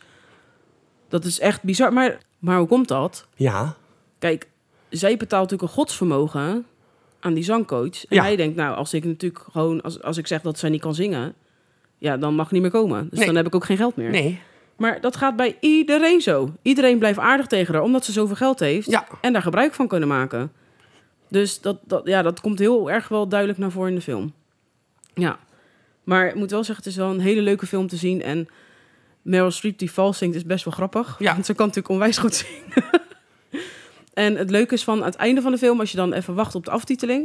Speaker 1: Dat is echt bizar. Maar, maar hoe komt dat?
Speaker 2: Ja.
Speaker 1: Kijk, zij betaalt natuurlijk een godsvermogen aan die zangcoach. En
Speaker 2: Ja.
Speaker 1: hij denkt, nou, als ik natuurlijk gewoon, als, als ik zeg dat zij niet kan zingen, ja, dan mag ik niet meer komen. Dus
Speaker 2: Nee.
Speaker 1: dan heb ik ook geen geld meer.
Speaker 2: Nee.
Speaker 1: Maar dat gaat bij iedereen zo. Iedereen blijft aardig tegen haar, omdat ze zoveel geld heeft
Speaker 2: Ja.
Speaker 1: en daar gebruik van kunnen maken. Dus dat, dat, ja, dat komt heel erg wel duidelijk naar voren in de film. Ja. Maar ik moet wel zeggen, het is wel een hele leuke film te zien. En Meryl Streep die vals zingt is best wel grappig.
Speaker 2: Ja.
Speaker 1: Want ze kan natuurlijk onwijs goed zingen. [laughs] en het leuke is van aan het einde van de film, als je dan even wacht op de aftiteling,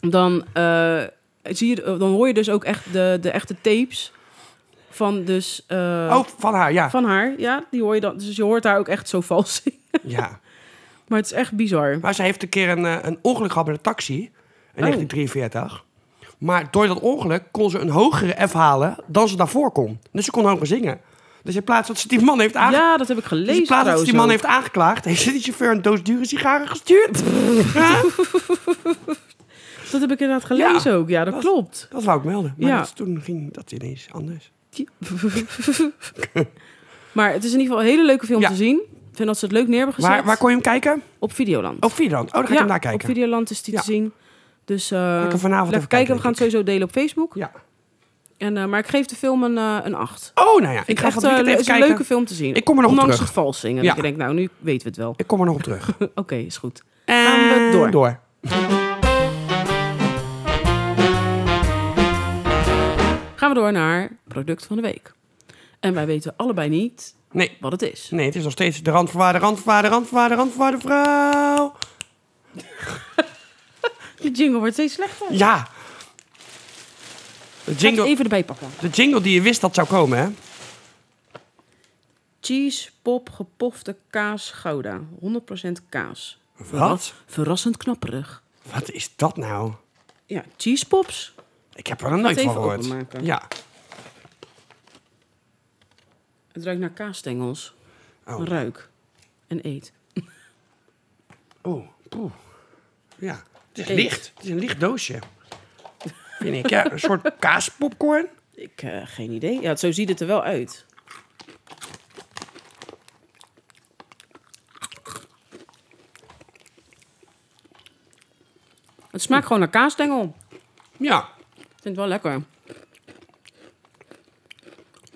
Speaker 1: dan, eh, zie je, dan hoor je dus ook echt de, de echte tapes van dus... eh,
Speaker 2: Oh, van haar, ja.
Speaker 1: van haar, ja, die hoor je dan. Dus je hoort haar ook echt zo vals zingen.
Speaker 2: Ja.
Speaker 1: Maar het is echt bizar.
Speaker 2: Maar ze heeft een keer een, eh, een ongeluk gehad met een taxi
Speaker 1: Oh.
Speaker 2: in 1943. Maar door dat ongeluk kon ze een hogere F halen dan ze daarvoor kon. Dus ze kon hoger zingen. Dus in plaats dat ze die man heeft aange...
Speaker 1: Ja, dat heb ik
Speaker 2: dus
Speaker 1: gelezen
Speaker 2: in plaats dat ze die man
Speaker 1: trouwens
Speaker 2: heeft aangeklaagd, heeft ze die chauffeur een doos dure sigaren gestuurd.
Speaker 1: [laughs]
Speaker 2: Ja,
Speaker 1: ook. Dat heb ik inderdaad gelezen ook. Ja, dat
Speaker 2: Was-
Speaker 1: klopt.
Speaker 2: dat wou ik melden. Maar
Speaker 1: Ja.
Speaker 2: dat- toen ging dat ineens anders.
Speaker 1: maar het is in ieder geval een hele leuke film
Speaker 2: Ja.
Speaker 1: te zien. Ik vind dat ze het leuk neer hebben gezet.
Speaker 2: Waar, waar kon je hem kijken?
Speaker 1: Op Videoland.
Speaker 2: Op Videoland. Oh, dan ga ik
Speaker 1: ja,
Speaker 2: hem daar kijken.
Speaker 1: op Videoland is die
Speaker 2: Ja.
Speaker 1: te zien. Dus eh
Speaker 2: Lekker vanavond
Speaker 1: lekker
Speaker 2: even kijken,
Speaker 1: kijken. We gaan het
Speaker 2: denk
Speaker 1: sowieso delen op Facebook.
Speaker 2: Ja.
Speaker 1: En, eh, maar ik geef de film een, eh, een 8.
Speaker 2: Oh, nou ja. Ik ga
Speaker 1: echt,
Speaker 2: het
Speaker 1: eh,
Speaker 2: weekend
Speaker 1: le-
Speaker 2: even
Speaker 1: is een
Speaker 2: kijken.
Speaker 1: leuke film te zien.
Speaker 2: Ik kom er nog op
Speaker 1: Ondanks
Speaker 2: terug.
Speaker 1: het vals zingen.
Speaker 2: Ja.
Speaker 1: Dat ik denk, nou, nu weten we het wel.
Speaker 2: Ik kom er nog op terug. Ehm,
Speaker 1: Oké, is goed. Gaan we Ehm, door.
Speaker 2: door.
Speaker 1: Gaan we door naar product van de week. En wij weten allebei niet
Speaker 2: Nee.
Speaker 1: wat het is.
Speaker 2: Nee, het is nog steeds de randvoorwaarde, randvoorwaarde, randvoorwaarde, randvoorwaarde vrouw.
Speaker 1: De jingle wordt steeds slechter.
Speaker 2: Ja. De
Speaker 1: Jingle.
Speaker 2: jingle,
Speaker 1: Even erbij pakken.
Speaker 2: de jingle die je wist dat zou komen, hè?
Speaker 1: Cheese, pop, gepofte kaas, gouda. 100% kaas.
Speaker 2: Wat?
Speaker 1: Verrassend knapperig.
Speaker 2: Wat is dat nou?
Speaker 1: Ja, cheese pops.
Speaker 2: Ik heb er nog nooit
Speaker 1: het
Speaker 2: van
Speaker 1: even
Speaker 2: gehoord.
Speaker 1: openmaken.
Speaker 2: Ja.
Speaker 1: Het ruikt naar kaasstengels.
Speaker 2: Oh.
Speaker 1: Ruik. En eet.
Speaker 2: Oh. Poeh. Ja. Het is
Speaker 1: Eet.
Speaker 2: licht. Het is een licht doosje. Vind ik, ja. Een
Speaker 1: [laughs]
Speaker 2: soort kaaspopcorn.
Speaker 1: Ik, eh, geen idee. Ja, zo ziet het er wel uit. Het smaakt gewoon naar kaasstengel.
Speaker 2: Ja.
Speaker 1: Ik vind het wel lekker.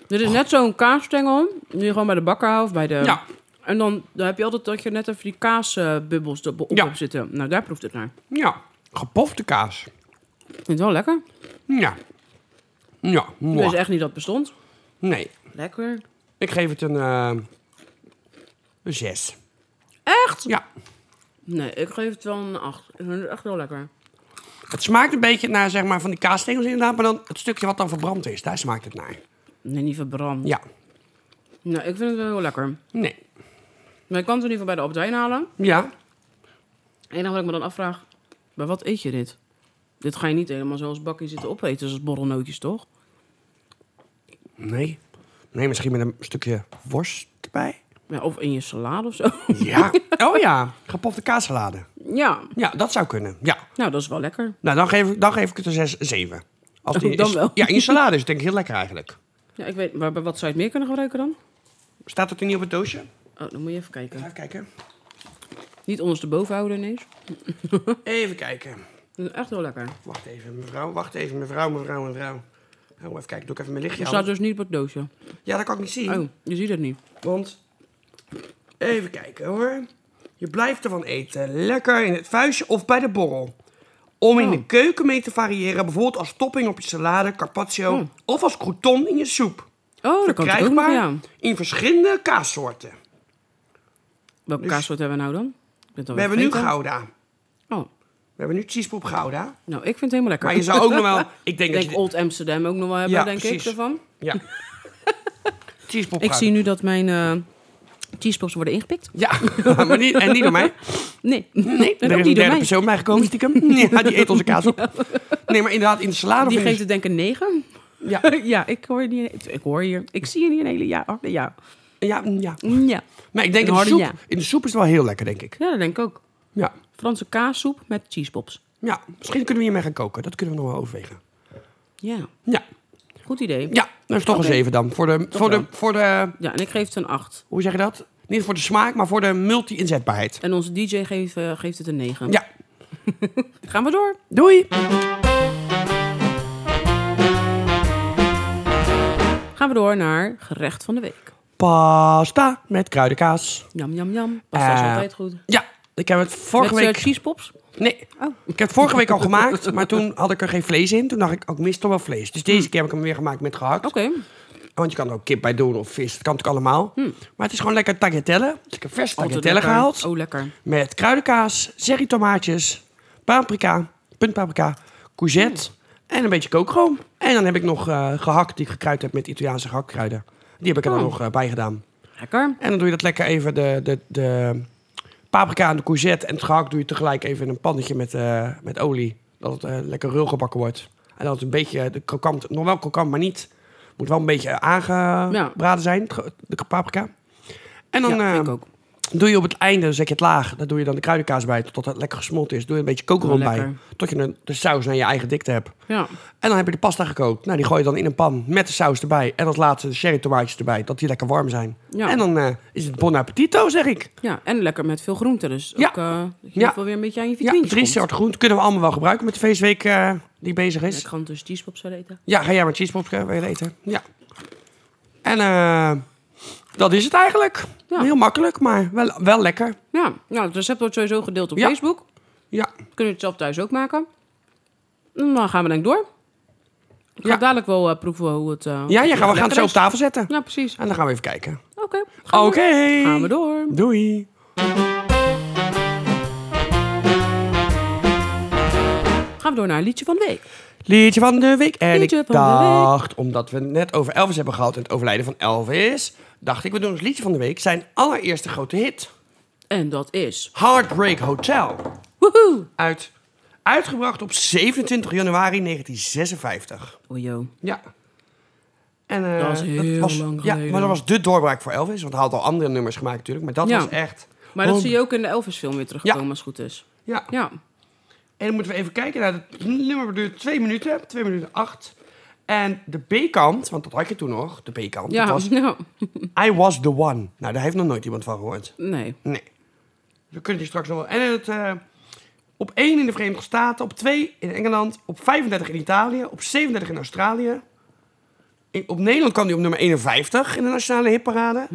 Speaker 1: Dit is net zo'n kaasstengel die je gewoon bij de bakker houdt. Bij de...
Speaker 2: Oh. Ja.
Speaker 1: En dan, dan heb je altijd dat je net even die kaasbubbels erop op
Speaker 2: Ja.
Speaker 1: hebt zitten. Nou, daar proeft het naar.
Speaker 2: Ja. Gepofte kaas.
Speaker 1: Ik vind het wel lekker.
Speaker 2: Ja. Ja.
Speaker 1: Ik
Speaker 2: mwah.
Speaker 1: wist Dus echt niet dat het bestond.
Speaker 2: Nee.
Speaker 1: Lekker.
Speaker 2: Ik geef het een... eh, een zes.
Speaker 1: Echt?
Speaker 2: Ja.
Speaker 1: Nee, ik geef het wel een 8. Ik vind het echt wel lekker.
Speaker 2: Het smaakt een beetje naar zeg maar, van die kaasstengels inderdaad, maar dan het stukje wat dan verbrand is, daar smaakt het naar.
Speaker 1: Nee, niet verbrand.
Speaker 2: Ja,
Speaker 1: Nee, Nou, ik vind het wel heel lekker.
Speaker 2: nee.
Speaker 1: Maar ik kan het in ieder geval bij de Albert Heijn halen.
Speaker 2: Ja,
Speaker 1: En enige wat ik me dan afvraag, bij wat eet je dit? Dit ga je niet helemaal zoals bakkie zitten opeten, zoals borrelnootjes, toch?
Speaker 2: nee. Nee, misschien met een stukje worst erbij.
Speaker 1: Ja, of in je salade of zo.
Speaker 2: Ja. [laughs] Oh ja, gepofte kaassalade.
Speaker 1: [laughs] ja,
Speaker 2: Ja, dat zou kunnen. Ja.
Speaker 1: nou, dat is wel lekker.
Speaker 2: Nou, dan geef, ik- dan geef ik het een 6, 7. Als
Speaker 1: Oh, [laughs] dan
Speaker 2: is-
Speaker 1: wel.
Speaker 2: Ja, in je salade is het denk ik heel lekker eigenlijk.
Speaker 1: Ja, ik weet, maar bij wat zou je het meer kunnen gebruiken dan?
Speaker 2: Staat het er niet op het doosje?
Speaker 1: Oh, dan moet je even
Speaker 2: Ga
Speaker 1: kijken.
Speaker 2: even kijken.
Speaker 1: Niet ondersteboven houden ineens.
Speaker 2: Even kijken.
Speaker 1: Dat is echt wel lekker.
Speaker 2: Wacht even, mevrouw. Wacht even, mevrouw, mevrouw, mevrouw. Oh, even kijken. Doe ik even mijn lichtje
Speaker 1: Het
Speaker 2: aan.
Speaker 1: staat dus niet op het doosje.
Speaker 2: Ja, dat kan ik niet zien.
Speaker 1: Oh, je ziet het niet.
Speaker 2: Want, even kijken hoor. Je blijft ervan eten. Lekker in het vuistje of bij de borrel. Om in
Speaker 1: Oh.
Speaker 2: de keuken mee te variëren. Bijvoorbeeld als topping op je salade, carpaccio. Of als crouton in je soep.
Speaker 1: Oh, dat kan het ook nog, Oh, ja.
Speaker 2: Verkrijgbaar in verschillende kaassoorten.
Speaker 1: Welke
Speaker 2: Dus-
Speaker 1: kaassoort hebben we nou dan? Ik ben het alweer
Speaker 2: We hebben nu
Speaker 1: vergeten.
Speaker 2: Gouda.
Speaker 1: Oh,
Speaker 2: We hebben nu cheesepop Gouda.
Speaker 1: nou, ik vind het helemaal lekker.
Speaker 2: Maar je zou
Speaker 1: [laughs]
Speaker 2: ook nog wel... Ik
Speaker 1: Ik
Speaker 2: denk dat
Speaker 1: denk
Speaker 2: je...
Speaker 1: Old Amsterdam ook nog wel hebben,
Speaker 2: Ja,
Speaker 1: denk
Speaker 2: precies.
Speaker 1: ik, ervan. [laughs]
Speaker 2: Ja. cheesepop
Speaker 1: Ik
Speaker 2: Gouda.
Speaker 1: zie nu dat mijn eh cheesepops worden ingepikt.
Speaker 2: Ja, [laughs] maar niet, en niet door
Speaker 1: [laughs]
Speaker 2: mij.
Speaker 1: Nee,
Speaker 2: Nee,
Speaker 1: En
Speaker 2: er
Speaker 1: ook
Speaker 2: is
Speaker 1: die
Speaker 2: een
Speaker 1: door
Speaker 2: derde
Speaker 1: mij.
Speaker 2: persoon bijgekomen stiekem. [laughs] Ja, die eet onze kaas
Speaker 1: [laughs]
Speaker 2: op. Nee, maar inderdaad, in de
Speaker 1: Die
Speaker 2: salade... of in de
Speaker 1: geeft het denk ik een 9.
Speaker 2: Ja.
Speaker 1: [laughs] ja, ik hoor, die, ik hoor hier. Ik zie hier niet een hele ja. ach, Ja.
Speaker 2: Ja, mm, ja.
Speaker 1: Mm, ja.
Speaker 2: Maar ik denk
Speaker 1: Een
Speaker 2: in de,
Speaker 1: harde
Speaker 2: soep,
Speaker 1: ja.
Speaker 2: in de soep is het wel heel lekker, denk ik.
Speaker 1: ja, dat denk ik ook.
Speaker 2: Ja.
Speaker 1: Franse kaassoep met cheesepops.
Speaker 2: ja. Misschien kunnen we hiermee gaan koken. Dat kunnen we nog wel overwegen.
Speaker 1: Ja,
Speaker 2: Ja.
Speaker 1: goed idee.
Speaker 2: Ja, dat is toch
Speaker 1: Oké.
Speaker 2: een zeven dan. Voor de, voor, de,
Speaker 1: wel.
Speaker 2: voor de,
Speaker 1: Ja, en ik geef het een 8.
Speaker 2: hoe zeg je dat? Niet voor de smaak, maar voor de multi-inzetbaarheid.
Speaker 1: En onze DJ geeft, eh, geeft het een 9.
Speaker 2: Ja.
Speaker 1: Gaan we door.
Speaker 2: Doei.
Speaker 1: Gaan we door naar gerecht van de week.
Speaker 2: Pasta met kruidenkaas.
Speaker 1: Jam, jam, jam. Pasta is
Speaker 2: Eh,
Speaker 1: altijd goed.
Speaker 2: Ja, ik heb het vorige
Speaker 1: met eh,
Speaker 2: week...
Speaker 1: cheesepops.
Speaker 2: Nee,
Speaker 1: Oh.
Speaker 2: ik heb het vorige week al gemaakt, maar toen had ik er geen vlees in. Toen dacht ik, ook ik mis toch wel vlees. Dus deze keer heb ik hem weer gemaakt met gehakt.
Speaker 1: Hmm. Oké.
Speaker 2: Want je kan er ook kip bij doen of vis. Dat kan natuurlijk allemaal. Maar het is gewoon lekker tagliatelle. Dus ik heb vers
Speaker 1: Altijd
Speaker 2: tagliatelle
Speaker 1: Hmm. lekker.
Speaker 2: gehaald.
Speaker 1: Oh, lekker.
Speaker 2: Met kruidenkaas, serri tomaatjes, paprika, puntpaprika, courgette
Speaker 1: Hmm.
Speaker 2: en een beetje kookroom. En dan heb ik nog eh, gehakt die ik gekruid heb met Italiaanse gehaktkruiden. Die heb ik er dan
Speaker 1: Oh.
Speaker 2: nog eh, bij gedaan.
Speaker 1: Lekker.
Speaker 2: En dan doe je dat lekker even de, de, de Paprika en de courgette en het gehakt doe je tegelijk even in een pannetje met, eh, met olie. Dat het eh, lekker rul gebakken wordt. En dat het een beetje de krokant, nog wel krokant, maar niet. Moet wel een beetje aangebraden zijn, het ge- de paprika. En dan
Speaker 1: ja,
Speaker 2: eh,
Speaker 1: vind ik ook.
Speaker 2: doe je op het einde, dan zet je het laag. Daar doe je dan de kruidenkaas bij, totdat het lekker gesmolten is. Doe je een beetje kokerhond
Speaker 1: Oh,
Speaker 2: bij,
Speaker 1: lekker.
Speaker 2: tot je een- de saus naar je eigen dikte hebt.
Speaker 1: Ja.
Speaker 2: En dan heb je de pasta gekookt. Nou, die gooi je dan in een pan met de saus erbij. En als laatste de sherry tomaatjes erbij, dat die lekker warm zijn.
Speaker 1: Ja.
Speaker 2: En dan eh, is het bon appetito, zeg ik.
Speaker 1: ja, en lekker met veel groenten. Dus
Speaker 2: Ja.
Speaker 1: ook eh, dat je in
Speaker 2: Ja.
Speaker 1: ieder geval weer een beetje aan je
Speaker 2: Ja,
Speaker 1: vitamine
Speaker 2: drie soorten groenten kunnen we allemaal wel gebruiken met de feestweek eh, die bezig
Speaker 1: Ik
Speaker 2: is.
Speaker 1: gewoon dus cheesepop zou eten.
Speaker 2: Ja, ga jij maar cheesepops eh, weer eten. Ja. En eh, dat is het eigenlijk.
Speaker 1: Ja.
Speaker 2: Heel makkelijk, maar wel, wel lekker.
Speaker 1: Ja, nou, het recept wordt sowieso gedeeld op
Speaker 2: Ja.
Speaker 1: Facebook.
Speaker 2: Ja.
Speaker 1: Kunnen jullie het zelf thuis ook maken. En dan eh, gaan we denk ik door. Ik ga
Speaker 2: Ja.
Speaker 1: dadelijk wel eh, proeven hoe het... eh,
Speaker 2: Ja, ja gaan, we gaan het
Speaker 1: lekker
Speaker 2: zo op
Speaker 1: is.
Speaker 2: tafel zetten.
Speaker 1: Ja, precies.
Speaker 2: En dan gaan we even kijken.
Speaker 1: Oké.
Speaker 2: Oké.
Speaker 1: gaan we- Gaan we door.
Speaker 2: Doei.
Speaker 1: Gaan we door naar een liedje van de week.
Speaker 2: Liedje van de week. En
Speaker 1: Liedje
Speaker 2: ik
Speaker 1: van de week.
Speaker 2: dacht, omdat we het net over Elvis hebben gehad en het overlijden van Elvis, dacht ik, we doen ons liedje van de week zijn allereerste grote hit.
Speaker 1: En dat is...
Speaker 2: Heartbreak Hotel.
Speaker 1: Woehoe!
Speaker 2: Uit, uitgebracht op 27 januari 1956.
Speaker 1: Ojo.
Speaker 2: Ja. En, eh,
Speaker 1: Dat is heel lang
Speaker 2: ja,
Speaker 1: geleden.
Speaker 2: maar dat was de doorbraak voor Elvis, want hij had al andere nummers gemaakt natuurlijk, maar dat
Speaker 1: Ja.
Speaker 2: was echt...
Speaker 1: Maar dat
Speaker 2: Oh,
Speaker 1: zie je ook in de Elvis-film weer terugkomen als het goed is.
Speaker 2: Ja.
Speaker 1: Ja.
Speaker 2: En dan moeten we even kijken naar het nummer. duurt 2 minuten, 2 minuten 8. En de B-kant, want dat had je toen nog, de B-kant.
Speaker 1: Ja.
Speaker 2: dat was
Speaker 1: ja.
Speaker 2: I was the one. Nou, daar heeft nog nooit iemand van gehoord.
Speaker 1: Nee.
Speaker 2: Nee. We kunnen die straks nog wel. En het, eh, op 1 in de Verenigde Staten, op 2 in Engeland, op 35 in Italië, op 37 in Australië. In- op Nederland kwam die op nummer 51 in de nationale hitparade.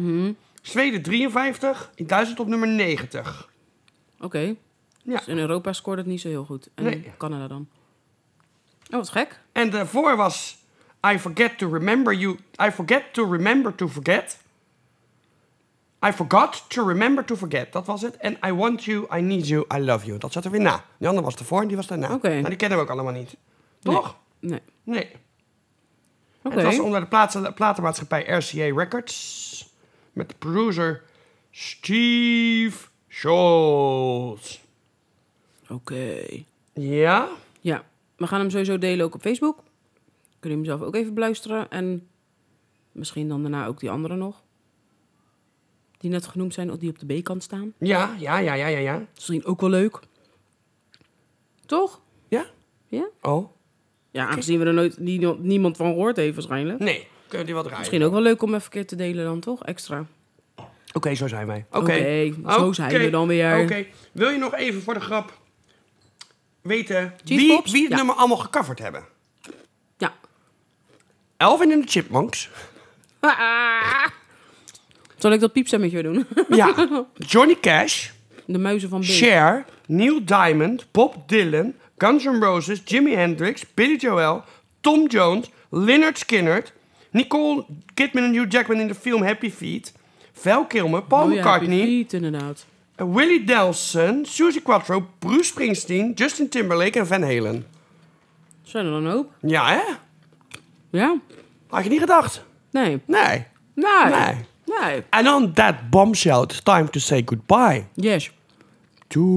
Speaker 2: Zweden 53, in Duitsland op nummer 90.
Speaker 1: Oké.
Speaker 2: Ja.
Speaker 1: Dus in Europa scoorde het niet zo heel goed. En
Speaker 2: Nee.
Speaker 1: in Canada dan. Oh, wat gek.
Speaker 2: En daarvoor was I forget to remember you. I forget to remember to forget. I forgot to remember to forget. Dat was het. En I want you, I need you, I love you. Dat zat er weer na. Die andere was ervoor en die was daarna.
Speaker 1: Oké.
Speaker 2: Nou, die kennen we ook allemaal niet. Toch?
Speaker 1: Nee.
Speaker 2: Nee.
Speaker 1: Oké.
Speaker 2: Het was onder de platen- platenmaatschappij RCA Records. Met de producer Steve Scholz.
Speaker 1: Oké.
Speaker 2: Ja?
Speaker 1: Ja. We gaan hem sowieso delen ook op Facebook. Kun je hem zelf ook even beluisteren. En misschien dan daarna ook die andere nog. Die net genoemd zijn, of die op de B-kant staan.
Speaker 2: Ja, ja, ja, ja, ja, ja.
Speaker 1: Misschien ook wel leuk. Toch?
Speaker 2: Ja?
Speaker 1: Ja?
Speaker 2: Oh?
Speaker 1: Ja, aangezien we er nooit nie- niemand van gehoord heeft waarschijnlijk.
Speaker 2: Nee. Kunnen we die wat draaien?
Speaker 1: Misschien ook wel leuk om even een keer te delen dan, toch? Extra.
Speaker 2: Oké, zo zijn wij. Oké,
Speaker 1: Oké, zo zijn we
Speaker 2: Oké,
Speaker 1: dan weer.
Speaker 2: Oké, wil je nog even voor de grap weten wie,
Speaker 1: Cheesepops?
Speaker 2: wie het
Speaker 1: Ja.
Speaker 2: nummer allemaal gecoverd hebben?
Speaker 1: Ja.
Speaker 2: Elvin en de Chipmunks.
Speaker 1: [laughs] Zal ik dat piepstemmetje weer doen? [laughs]
Speaker 2: Ja. Johnny Cash.
Speaker 1: De muizen van B.
Speaker 2: Cher. Neil Diamond. Bob Dylan. Guns N' Roses. Jimi Hendrix. Billy Joel. Tom Jones. Lynyrd Skynyrd. Nicole Kidman en Hugh Jackman in de film Happy Feet. Val Kilmer. Paul
Speaker 1: Oh ja,
Speaker 2: McCartney.
Speaker 1: Piet, inderdaad.
Speaker 2: Willie Nelson. Susie Quattro. Bruce Springsteen. Justin Timberlake en Van Halen.
Speaker 1: Zijn er dan een hoop?
Speaker 2: Ja, hè?
Speaker 1: Ja?
Speaker 2: Had je niet gedacht?
Speaker 1: Nee.
Speaker 2: Nee.
Speaker 1: Nee.
Speaker 2: Nee.
Speaker 1: Nee.
Speaker 2: And on that bombshell, it's time to say goodbye.
Speaker 1: Yes.
Speaker 2: Doei.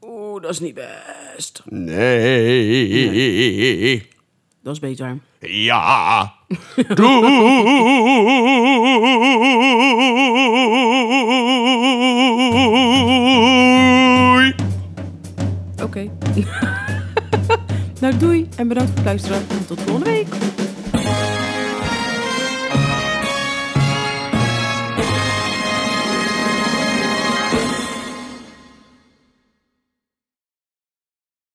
Speaker 1: Oeh, dat is niet best.
Speaker 2: Nee.
Speaker 1: Dat is beter.
Speaker 2: [laughs] Ja. Doei.
Speaker 1: [laughs] Oké. nou, doei en bedankt voor het luisteren. En tot volgende week.